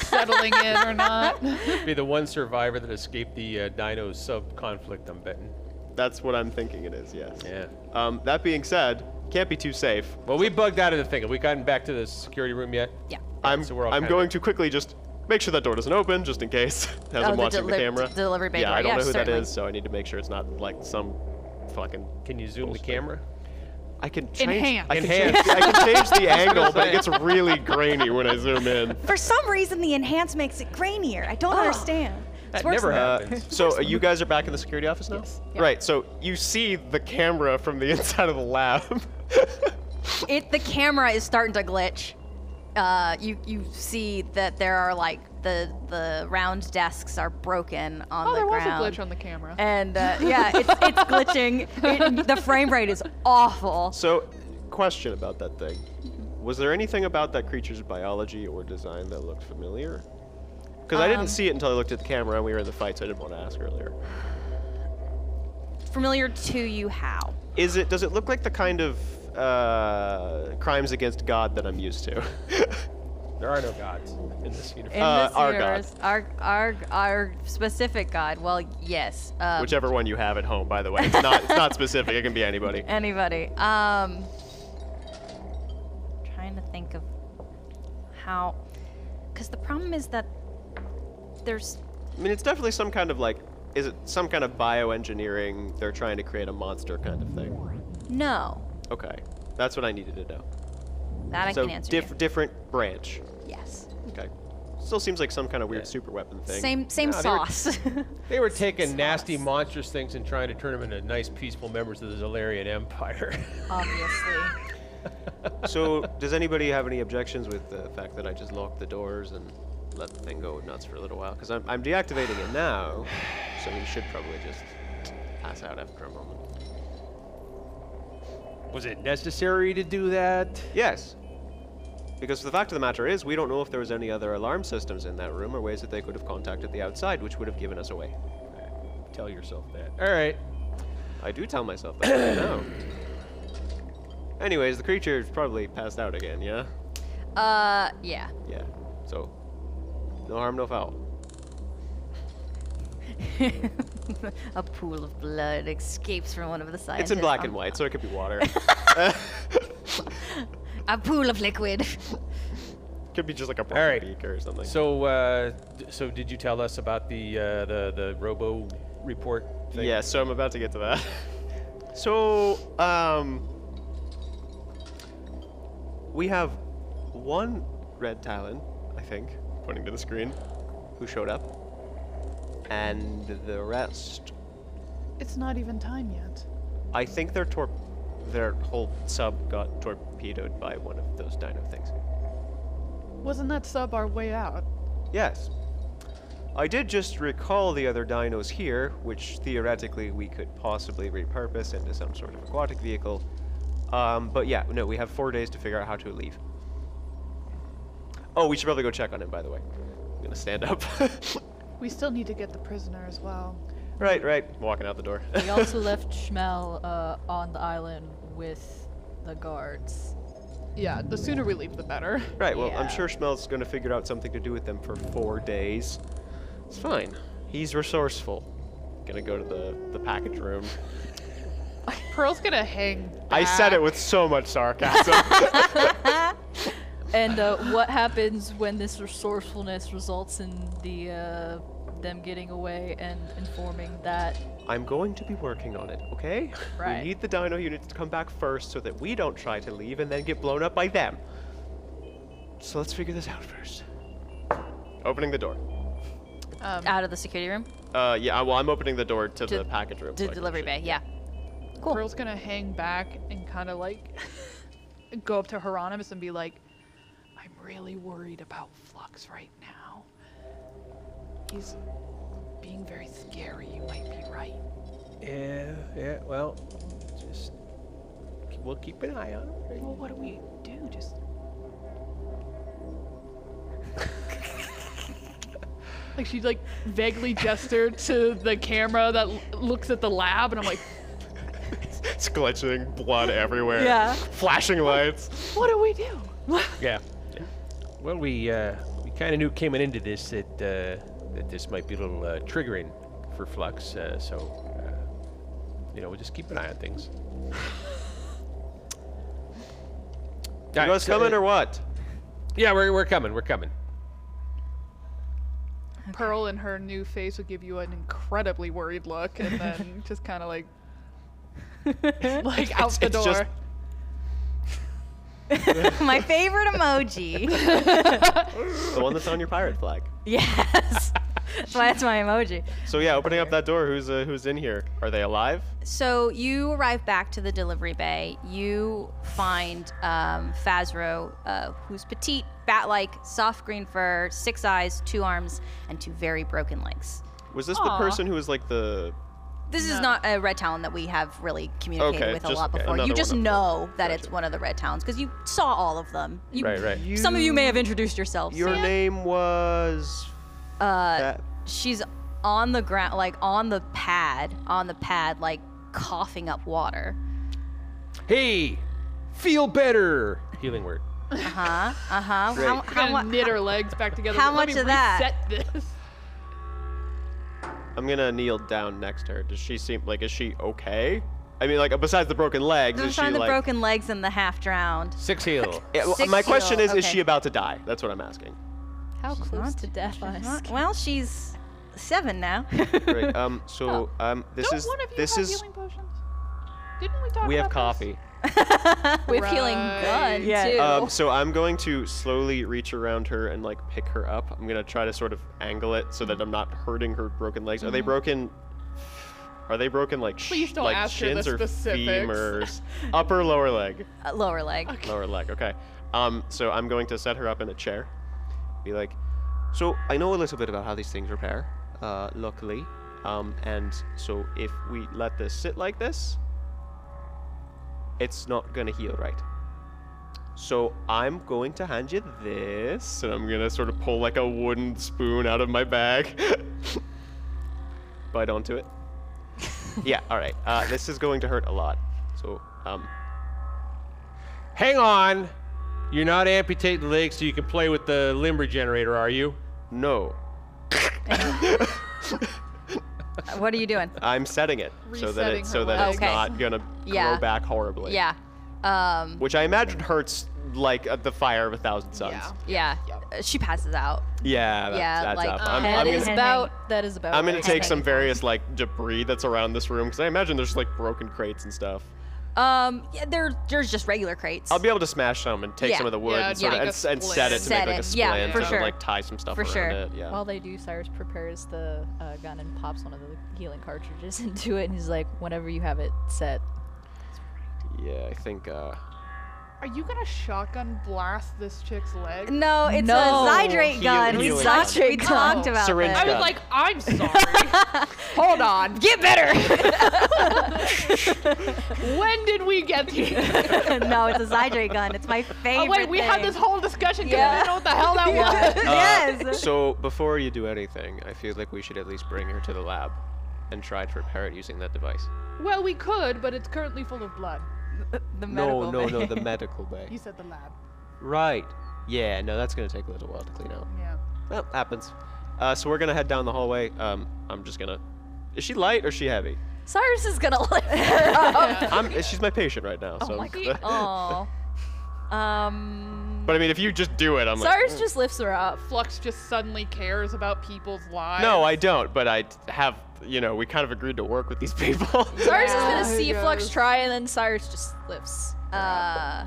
Settling in or not? Be the one survivor that escaped the uh, dino sub conflict. I'm betting. That's what I'm thinking it is, yes. Yeah. Um, that being said, can't be too safe. Well, we bugged out of the thing. Have we gotten back to the security room yet? yeah I'm, so we're all I'm kinda- going to quickly just make sure that door doesn't open just in case [laughs] as I'm watching the Oh, deli- camera. d- delivery bay yeah, door. I don't Yeah, know who certainly. that is, so I need to make sure it's not like some fucking. Can you zoom the Bullshit. camera? I can change. Enhance. I can, Enhance. Change, I can change the angle, but it [laughs] gets really grainy when I zoom in. For some reason, the enhance makes it grainier. I don't understand. That never Uh, happens. so uh, you guys are back in the security office now? Right. So you see the camera from the [laughs] inside of the lab. [laughs] It the camera is starting to glitch. Uh, you you see that there are like the the round desks are broken on Oh, the there was a ground. glitch on the camera. and uh, yeah, it's, [laughs] it's glitching. It, the frame rate is awful. so, question about that thing. Was there anything about that creature's biology or design that looked familiar? Because I Um, didn't see it until I looked at the camera and we were in the fight, so I didn't want to ask earlier. Familiar to you? How? Is it? Does it look like the kind of uh, crimes against God that I'm used to? [laughs] There are no gods in this universe. In Uh, this our god. universe, our our our specific god. Well, yes. Um, Whichever one you have at home, by the way. It's not. It's not specific. It can [laughs] be anybody. anybody. Um, trying to think of how, because the problem is that there's I mean, it's definitely some kind of like, is it some kind of bioengineering? They're trying to create a monster kind of thing. no Okay, that's what I needed to know. that I so can answer. diff- different branch. you. Yes. Okay. Still seems like some kind of weird super weapon thing. Same same No, they were- sauce. [laughs] They were taking nasty, monstrous things and trying to turn them into nice, peaceful members of the Zolarian Empire. [laughs] Obviously. [laughs] So, does anybody have any objections with the fact that I just locked the doors and let the thing go nuts for a little while? Because I'm, I'm deactivating it now, so we should probably just pass out after a moment. Was it necessary to do that? Yes. Because the fact of the matter is, we don't know if there was any other alarm systems in that room or ways that they could have contacted the outside, which would have given us away. Tell yourself that. All right. I do tell myself that. I know. [coughs] Anyways, the creature's probably passed out again. Yeah. Uh, yeah. [laughs] Yeah. So, no harm, no foul. A pool of blood escapes from one of the sides. It's in black and white, so it could be water. [laughs] A pool of liquid. [laughs] [laughs] could be just like a All right. beak or something. So, uh, d- so did you tell us about the uh, the the robo report? Thing? Yeah, so I'm about to get to that. [laughs] so, um, we have one red Talon, I think, pointing to the screen, who showed up, and the rest. It's not even time yet. I think their tor- their whole sub got torpedoed by one of those dino things. Wasn't that sub our way out? Yes. I did just recall the other dinos here, which theoretically we could possibly repurpose into some sort of aquatic vehicle. Um, but yeah, no, we have four days to figure out how to leave. Oh, we should probably go check on him, by the way. I'm gonna stand up. [laughs] We still need to get the prisoner as well. right, right. Walking out the door. [laughs] We also left Schmel uh, on the island with the guards. Yeah, the sooner we leave, the better. [laughs] right, well, Yeah. I'm sure Schmel's gonna figure out something to do with them for four days. It's fine. He's resourceful. Gonna go to the, the package room. Pearl's gonna hang. I said it back. with so much sarcasm. [laughs] And uh, what happens when this resourcefulness results in the uh, them getting away and informing that I'm going to be working on it, okay? Right. We need the dino units to come back first so that we don't try to leave and then get blown up by them. So let's figure this out first. Opening the door. um, Out of the security room Uh, yeah, well, I'm opening the door to, To- the package room. to so I the can delivery shoot. bay. Yeah. Cool. Pearl's gonna hang back and kind of like go up to Hieronymus and be like, "I'm really worried about Flux right now. He's being very scary. You might be right." Yeah. Yeah. Well, just we'll keep an eye on him. Well, what do we do? [laughs] Just. like she like vaguely gestured to the camera that l- looks at the lab, and I'm like, It's glitching, [laughs] blood everywhere. Yeah. Flashing lights. what do we do? Yeah. Well, we uh, we kind of knew coming into this that uh, that this might be a little uh, triggering for Flux, uh, so uh, you know we'll just keep an eye on things. You guys coming or what? Yeah, we're we're coming. We're coming. Pearl in her new face would give you an incredibly worried look, and [laughs] then just kind of like, like out the it's door. just- My favorite [laughs] emoji. [laughs] The one that's on your pirate flag. yes. [laughs] That's why that's my emoji. So yeah, opening up that door. Who's uh, who's in here? Are they alive? So you arrive back to the delivery bay. You find um, Fazro, uh, who's petite, bat-like, soft green fur, six eyes, two arms, and two very broken legs. Was this the person who was like the? This is not a red town that we have really communicated Okay, with a just lot before. another You one just of the- know that it's one of the red towns because you saw all of them. You, Right, right. Some of you may have introduced yourselves. Your name was. uh, That. she's on the ground, like on the pad, on the pad, like coughing up water. Hey, feel better. Healing word. Uh huh. Uh huh. How, She's how, gonna mu- knit her legs back together. how Let me much of that? Reset this. I'm gonna kneel down next to her. Does she seem like is she okay? I mean, like besides the broken legs, Don't is she find the like? broken legs and the half drowned. Six heal. Yeah, well, Six my question heel, is, is okay. she about to die? That's what I'm asking. how close not- to death I Huh? Well, she's seven now. [laughs] Right. [laughs] Um. So, um. This Oh. Don't is. one of you This have is. healing potions? Didn't we talk? We have about this? coffee. We have healing Uh, gun Yeah. too. Um. So I'm going to slowly reach around her and like pick her up. I'm gonna try to sort of angle it so that I'm not hurting her broken legs. Mm-hmm. Are they broken? Are they broken like sh- Please don't like ask her the shins or specifics. femurs? Upper lower leg. Uh, lower leg. Lower leg, okay. Um, so I'm going to set her up in a chair. Be like, so I know a little bit about how these things repair, uh, luckily. Um, and so if we let this sit like this, it's not gonna heal right. So I'm going to hand you this, and I'm gonna sort of pull like a [laughs] wooden spoon out of my bag, bite onto it, yeah, all right. Uh, this is going to hurt a lot. So, um, Hang on. You're not amputating the leg so you can play with the limb regenerator, are you? no, What are you doing? I'm setting it so that Resetting it so her that leg. it's Okay. not gonna Yeah. grow back horribly. Yeah. Um, Which I imagine hurts like uh, the fire of a thousand suns. Yeah. yeah. Uh, She passes out. Yeah, that, Yeah, that's like, up. uh, I'm, head I'm is gonna, Henry. about that is about. I'm gonna it. take some Henry. various like debris that's around this room because I imagine there's like broken crates and stuff. Um, yeah, there, there's just regular crates. I'll be able to smash some and take Yeah. some of the wood Yeah, and, sort yeah. of, and, Like a and set it to Set make like a it, splint yeah, for and sure. like tie some stuff For around sure. it. Yeah. While they do, Cyrus prepares the uh, gun and pops one of the healing cartridges [laughs] into it, and he's like, "Whenever you have it set, yeah, I think. Uh, Are you gonna shotgun blast this chick's leg? no, it's No. a Zydrate gun. We, healing talked- gun. we talked about Syringe this. I was God. like, I'm sorry. Hold [laughs] on. Get [laughs] better. When did we get here? no, it's a Zydrate gun. It's my favorite. [laughs] Oh, wait, we had this thing. whole discussion because Yeah. I didn't know what the [laughs] hell that [laughs] was. yes. uh, so before you do anything, I feel like we should at least bring her to the lab and try to repair it using that device. Well, we could, but it's currently full of blood. The medical No, no, no, bay. the medical bay. You said the lab. Right. Yeah, no, that's gonna take a little while to clean out. Yeah. Well, happens. Uh, so we're gonna head down the hallway. Um, I'm just gonna. Is she light or is she heavy? Cyrus is gonna [laughs] lift her Oh. up." I'm. She's my patient right now. so. my [laughs] Aw. Um. but I mean, if you just do it, I'm like. Cyrus just lifts her up. Flux just suddenly cares about people's lives. "Mm." No, I don't. But I have. You know, we kind of agreed to work with these [laughs] people. Cyrus is gonna Yeah, see he Flux goes. try, and then Cyrus just lifts. Uh,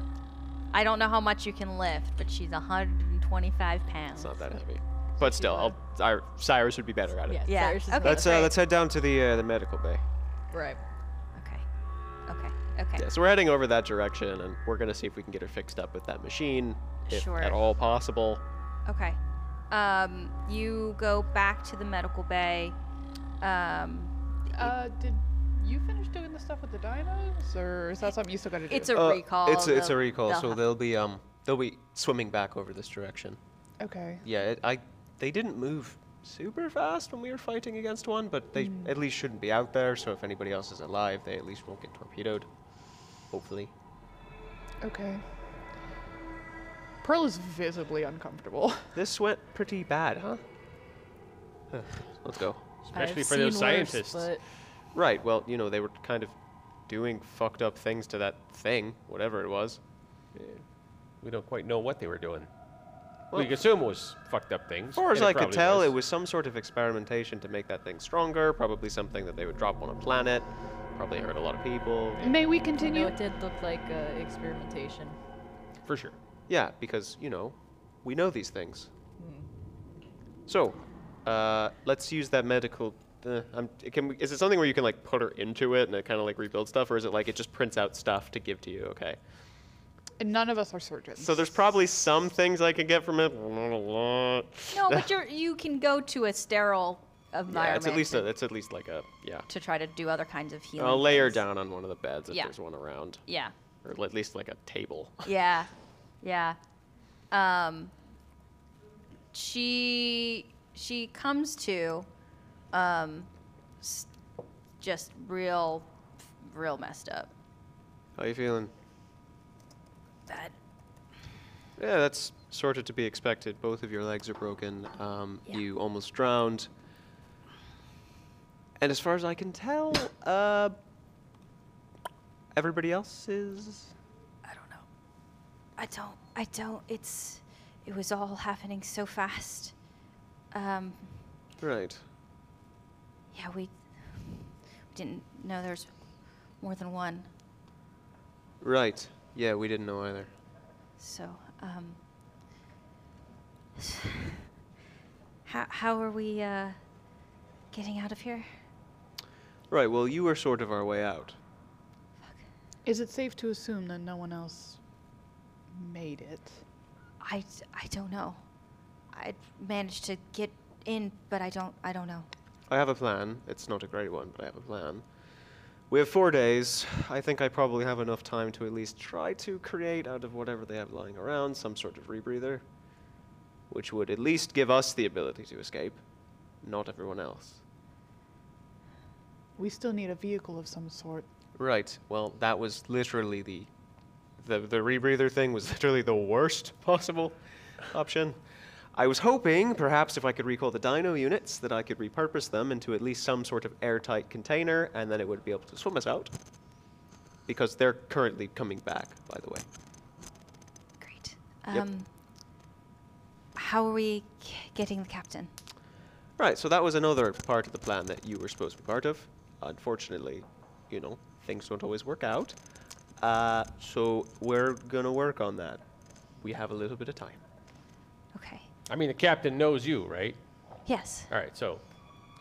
I don't know how much you can lift, but she's 125 it's pounds. not that heavy. But still, I'll, I, Cyrus would be better at it. Yeah, Yeah, Cyrus is okay. gonna- Let's uh, let's head down to the uh, the medical bay. right. Okay. Okay. Okay. Yeah, so we're heading over that direction, and we're gonna see if we can get her fixed up with that machine, if Sure. at all possible. Okay. Um, you go back to the medical bay. Um, Uh, did you finish doing the stuff with the dinos, or is that something you still gotta do? it's a Uh, recall. It's a, it's the- a recall, the- so they'll be um they'll be swimming back over this direction. okay. Yeah, it, I they didn't move super fast when we were fighting against one, but they Hmm. at least shouldn't be out there. So if anybody else is alive, they at least won't get torpedoed. Hopefully. Okay. Pearl is visibly uncomfortable. [laughs] This went pretty bad, huh? Huh, Let's go. Especially for those scientists. Right. Well, you know they were kind of doing fucked up things to that thing, whatever it was. We don't quite know what they were doing. Well- we can assume it was fucked up things. As far as and I could probably tell, was. it was some sort of experimentation to make that thing stronger. Probably something that they would drop on a planet. Probably hurt a lot of people. May we No, continue? it did look like uh, experimentation. for sure. Yeah, because, you know, we know these things. Hmm. So, uh, let's use that medical. Uh, I'm, can we, is it something where you can, like, put her into it and it kind of, like, rebuilds stuff? Or is it like it just prints out stuff to give to you? Okay. And none of us are surgeons. So, there's probably some things I can get from it. No, but you're, you can go to a sterile environment. [laughs] Yeah, it's at least to, a, it's at least like a yeah. to try to do other kinds of healing. I'll lay her things. down on one of the beds if Yeah. there's one around, Yeah. or at least like a table. Yeah. Yeah. Um she she comes to um s- just real real messed up. How you feeling? Bad. Yeah, that's sort of to be expected. Both of your legs are broken. Um, Yeah. You almost drowned. And as far as I can tell, uh, everybody else is. I don't know. I don't I don't it's it was all happening so fast. Um Right. yeah, we didn't know there's more than one. Right. Yeah, we didn't know either. So, um, [sighs] how, how are we uh, getting out of here? Right, well, you were sort of our way out. is it safe to assume that no one else made it? I, d- I don't know. I managed to get in, but I don't I don't know. I have a plan. It's not a great one, but I have a plan. We have four days. I think I probably have enough time to at least try to create out of whatever they have lying around some sort of rebreather, which would at least give us the ability to escape, not everyone else. We still need a vehicle of some sort. Right. Well, that was literally the the the rebreather thing was [laughs] literally the worst possible option. I was hoping, perhaps, if I could recall the dyno units, that I could repurpose them into at least some sort of airtight container, and then it would be able to swim us out. Because they're currently coming back, by the way. Great. Yep. Um, How are we c- getting the captain? Right, so that was another part of the plan that you were supposed to be part of. Unfortunately, you know, things don't always work out. Uh, so we're going to work on that. We have a little bit of time. Okay. I mean, the captain knows you, right? Yes. All right, so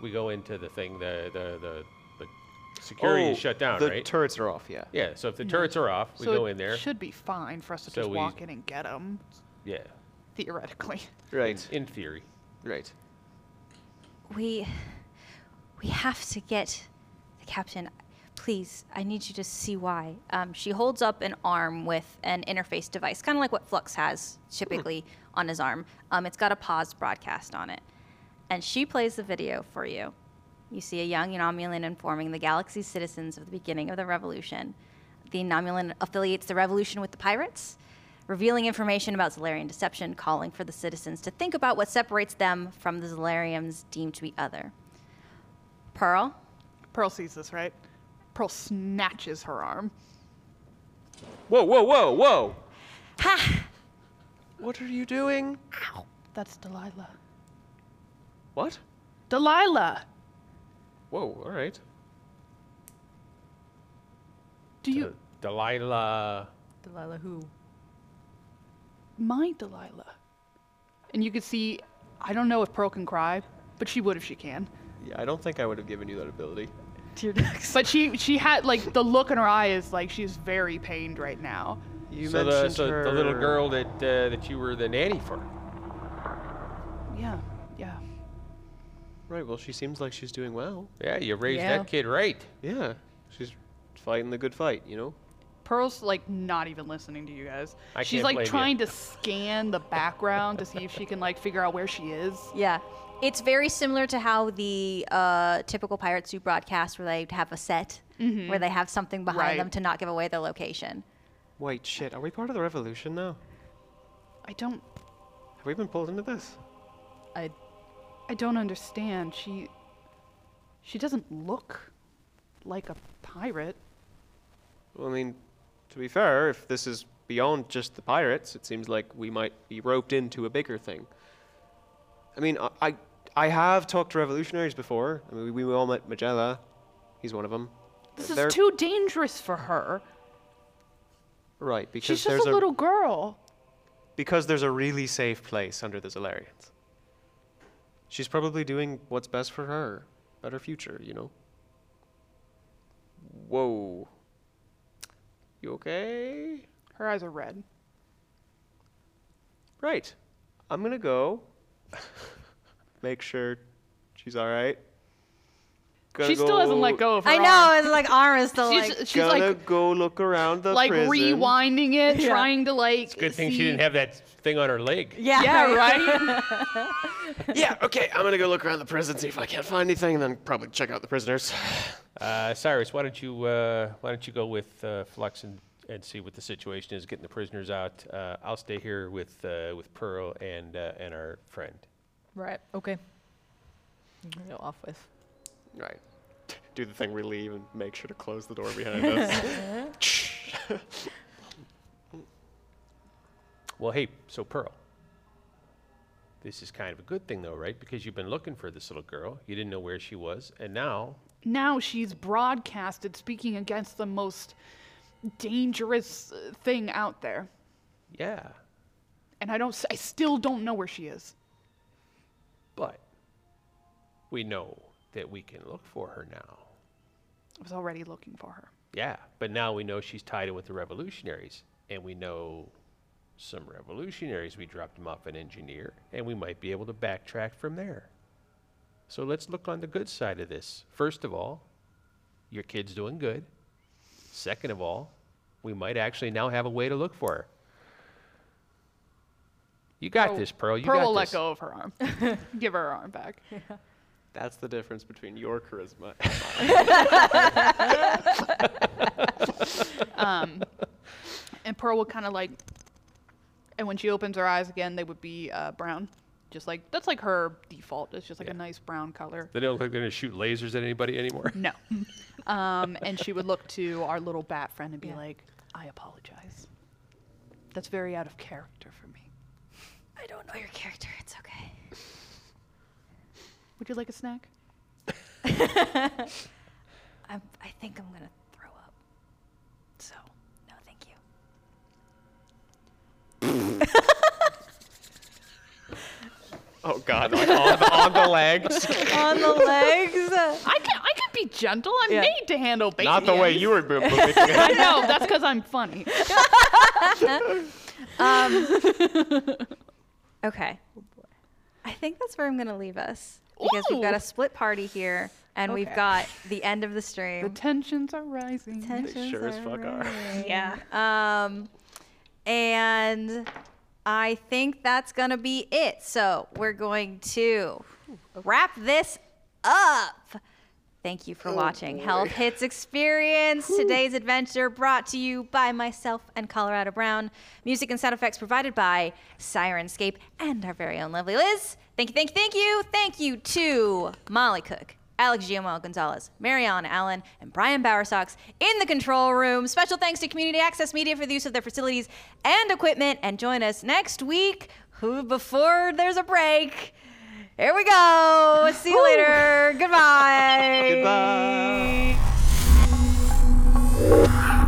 we go into the thing. The the the, the security is shut down, Oh, the right? turrets are off, yeah. yeah. So if the turrets are off, we so go it in there. Should be fine for us to So just we- walk in and get them, yeah. theoretically. [laughs] Right, In theory. right. We we have to get the captain. Please, I need you to see why. Um, she holds up an arm with an interface device, kind of like what Flux has typically on his arm. Um, it's got a paused broadcast on it, and she plays the video for you. You see a young Inomulan informing the galaxy's citizens of the beginning of the revolution. The Inomulan affiliates the revolution with the pirates, revealing information about Solarian deception, calling for the citizens to think about what separates them from the Solarians deemed to be other. Pearl, Pearl sees this, right? Pearl snatches her arm. Whoa, whoa, whoa, whoa! ha! What are you doing? That's Delilah. What? Delilah! Whoa, all right. Do you. Delilah. Delilah, who? My Delilah. And you could see, I don't know if Pearl can cry, but she would if she can. Yeah, I don't think I would have given you that ability. Tear ducts. But she she had, like, the look in her eye is like she's very pained right now. You so the, mentioned so the little her- girl that uh, that you were the nanny for. Yeah, yeah. Right, well, she seems like she's doing well. Yeah, you raised Yeah. that kid right. Yeah, she's fighting the good fight, you know? Pearl's like not even listening to you guys. I She's can't blame like you. trying to scan the background to see if she can like figure out where she is. Yeah. It's very similar to how the uh, typical Pirates do broadcast, where they have a set, where they have something behind Right. them to not give away their location. Wait, shit, are we part of the revolution now? I don't Have we been pulled into this? I I don't understand. She she doesn't look like a pirate. Well, I mean, to be fair, if this is beyond just the pirates, it seems like we might be roped into a bigger thing. I mean, I I, I have talked to revolutionaries before. I mean, we, we all met Magella. He's one of them. This They're- is too dangerous for her. Right, because She's there's just a little girl. because there's a really safe place under the Zolarians. She's probably doing what's best for her, better future, you know. Whoa. You okay? Her eyes are red. Right. I'm gonna go. [laughs] Make sure she's all right. Gonna She still hasn't let go of her I arm. know, it's like arm is still She's, like. she's gonna like go look around the like prison. rewinding it, trying to like. Good thing she see- didn't have that thing on her leg. yeah, Yeah, right. [laughs] Yeah. Okay. I'm gonna go look around the prison, see if I can't find anything, and then probably check out the [laughs] prisoners. Uh, Cyrus, why don't you uh, why don't you go with uh, Flux and, and see what the situation is, getting the prisoners out. Uh, I'll stay here with uh, with Pearl and uh, and our friend. right. Okay. I'm gonna go off with. Right. Do the thing we leave and make sure to close the door [laughs] behind us. Well, hey, so Pearl. This is kind of a good thing, though, right? Because you've been looking for this little girl. You didn't know where she was, and now now she's broadcasted speaking against the most dangerous uh, thing out there Yeah, and i don't s- i still don't know where she is but we know that we can look for her now. i was already looking for her Yeah, but now we know she's tied in with the revolutionaries, and we know some revolutionaries. We dropped them off an engineer, and we might be able to backtrack from there. So let's look on the good side of this. First of all, your kid's doing good. Second of all, we might actually now have a way to look for her. You got this, Pearl. You pearl got will [laughs] this. let go of her arm give her her arm back That's the difference between your charisma. Um, and Pearl would kind of like, and when she opens her eyes again, they would be uh, brown. Just like that's like her default. It's just like a nice brown color. They don't look like they're gonna shoot lasers at anybody anymore. [laughs] No. [laughs] um, and she would look to our little bat friend and be like, "I apologize. That's very out of character for me. I don't know your character. It's okay. Would you like a snack?" I'm, I think I'm gonna throw up. So, no, thank you. oh [laughs] God! Like on, the, on the legs. On the [laughs] legs. I can I can be gentle. I'm Yeah. made to handle baby. Not the way you were moving. it. I know. That's because I'm funny. [laughs] Um, [laughs] Okay. I think that's where I'm gonna leave us because we've got Ooh. a split party here, and we've Okay. got the end of the The stream. tensions are rising. Tensions sure as are fuck are. rising. Yeah. Um, and I think that's gonna be it. So we're going to wrap this up. Thank you for watching Health Hits Experience. Today's adventure brought to you by myself and Colorado Brown. Music and sound effects provided by Sirenscape and our very own lovely Liz. Thank you, thank you, thank you. Thank you to Molly Cook, Alex Giamal Gonzalez, Marianne Allen, and Brian Bowersox in the control room. Special thanks to Community Access Media for the use of their facilities and equipment. And join us next week, who before there's a break. Here we go. See you later. Goodbye. Goodbye.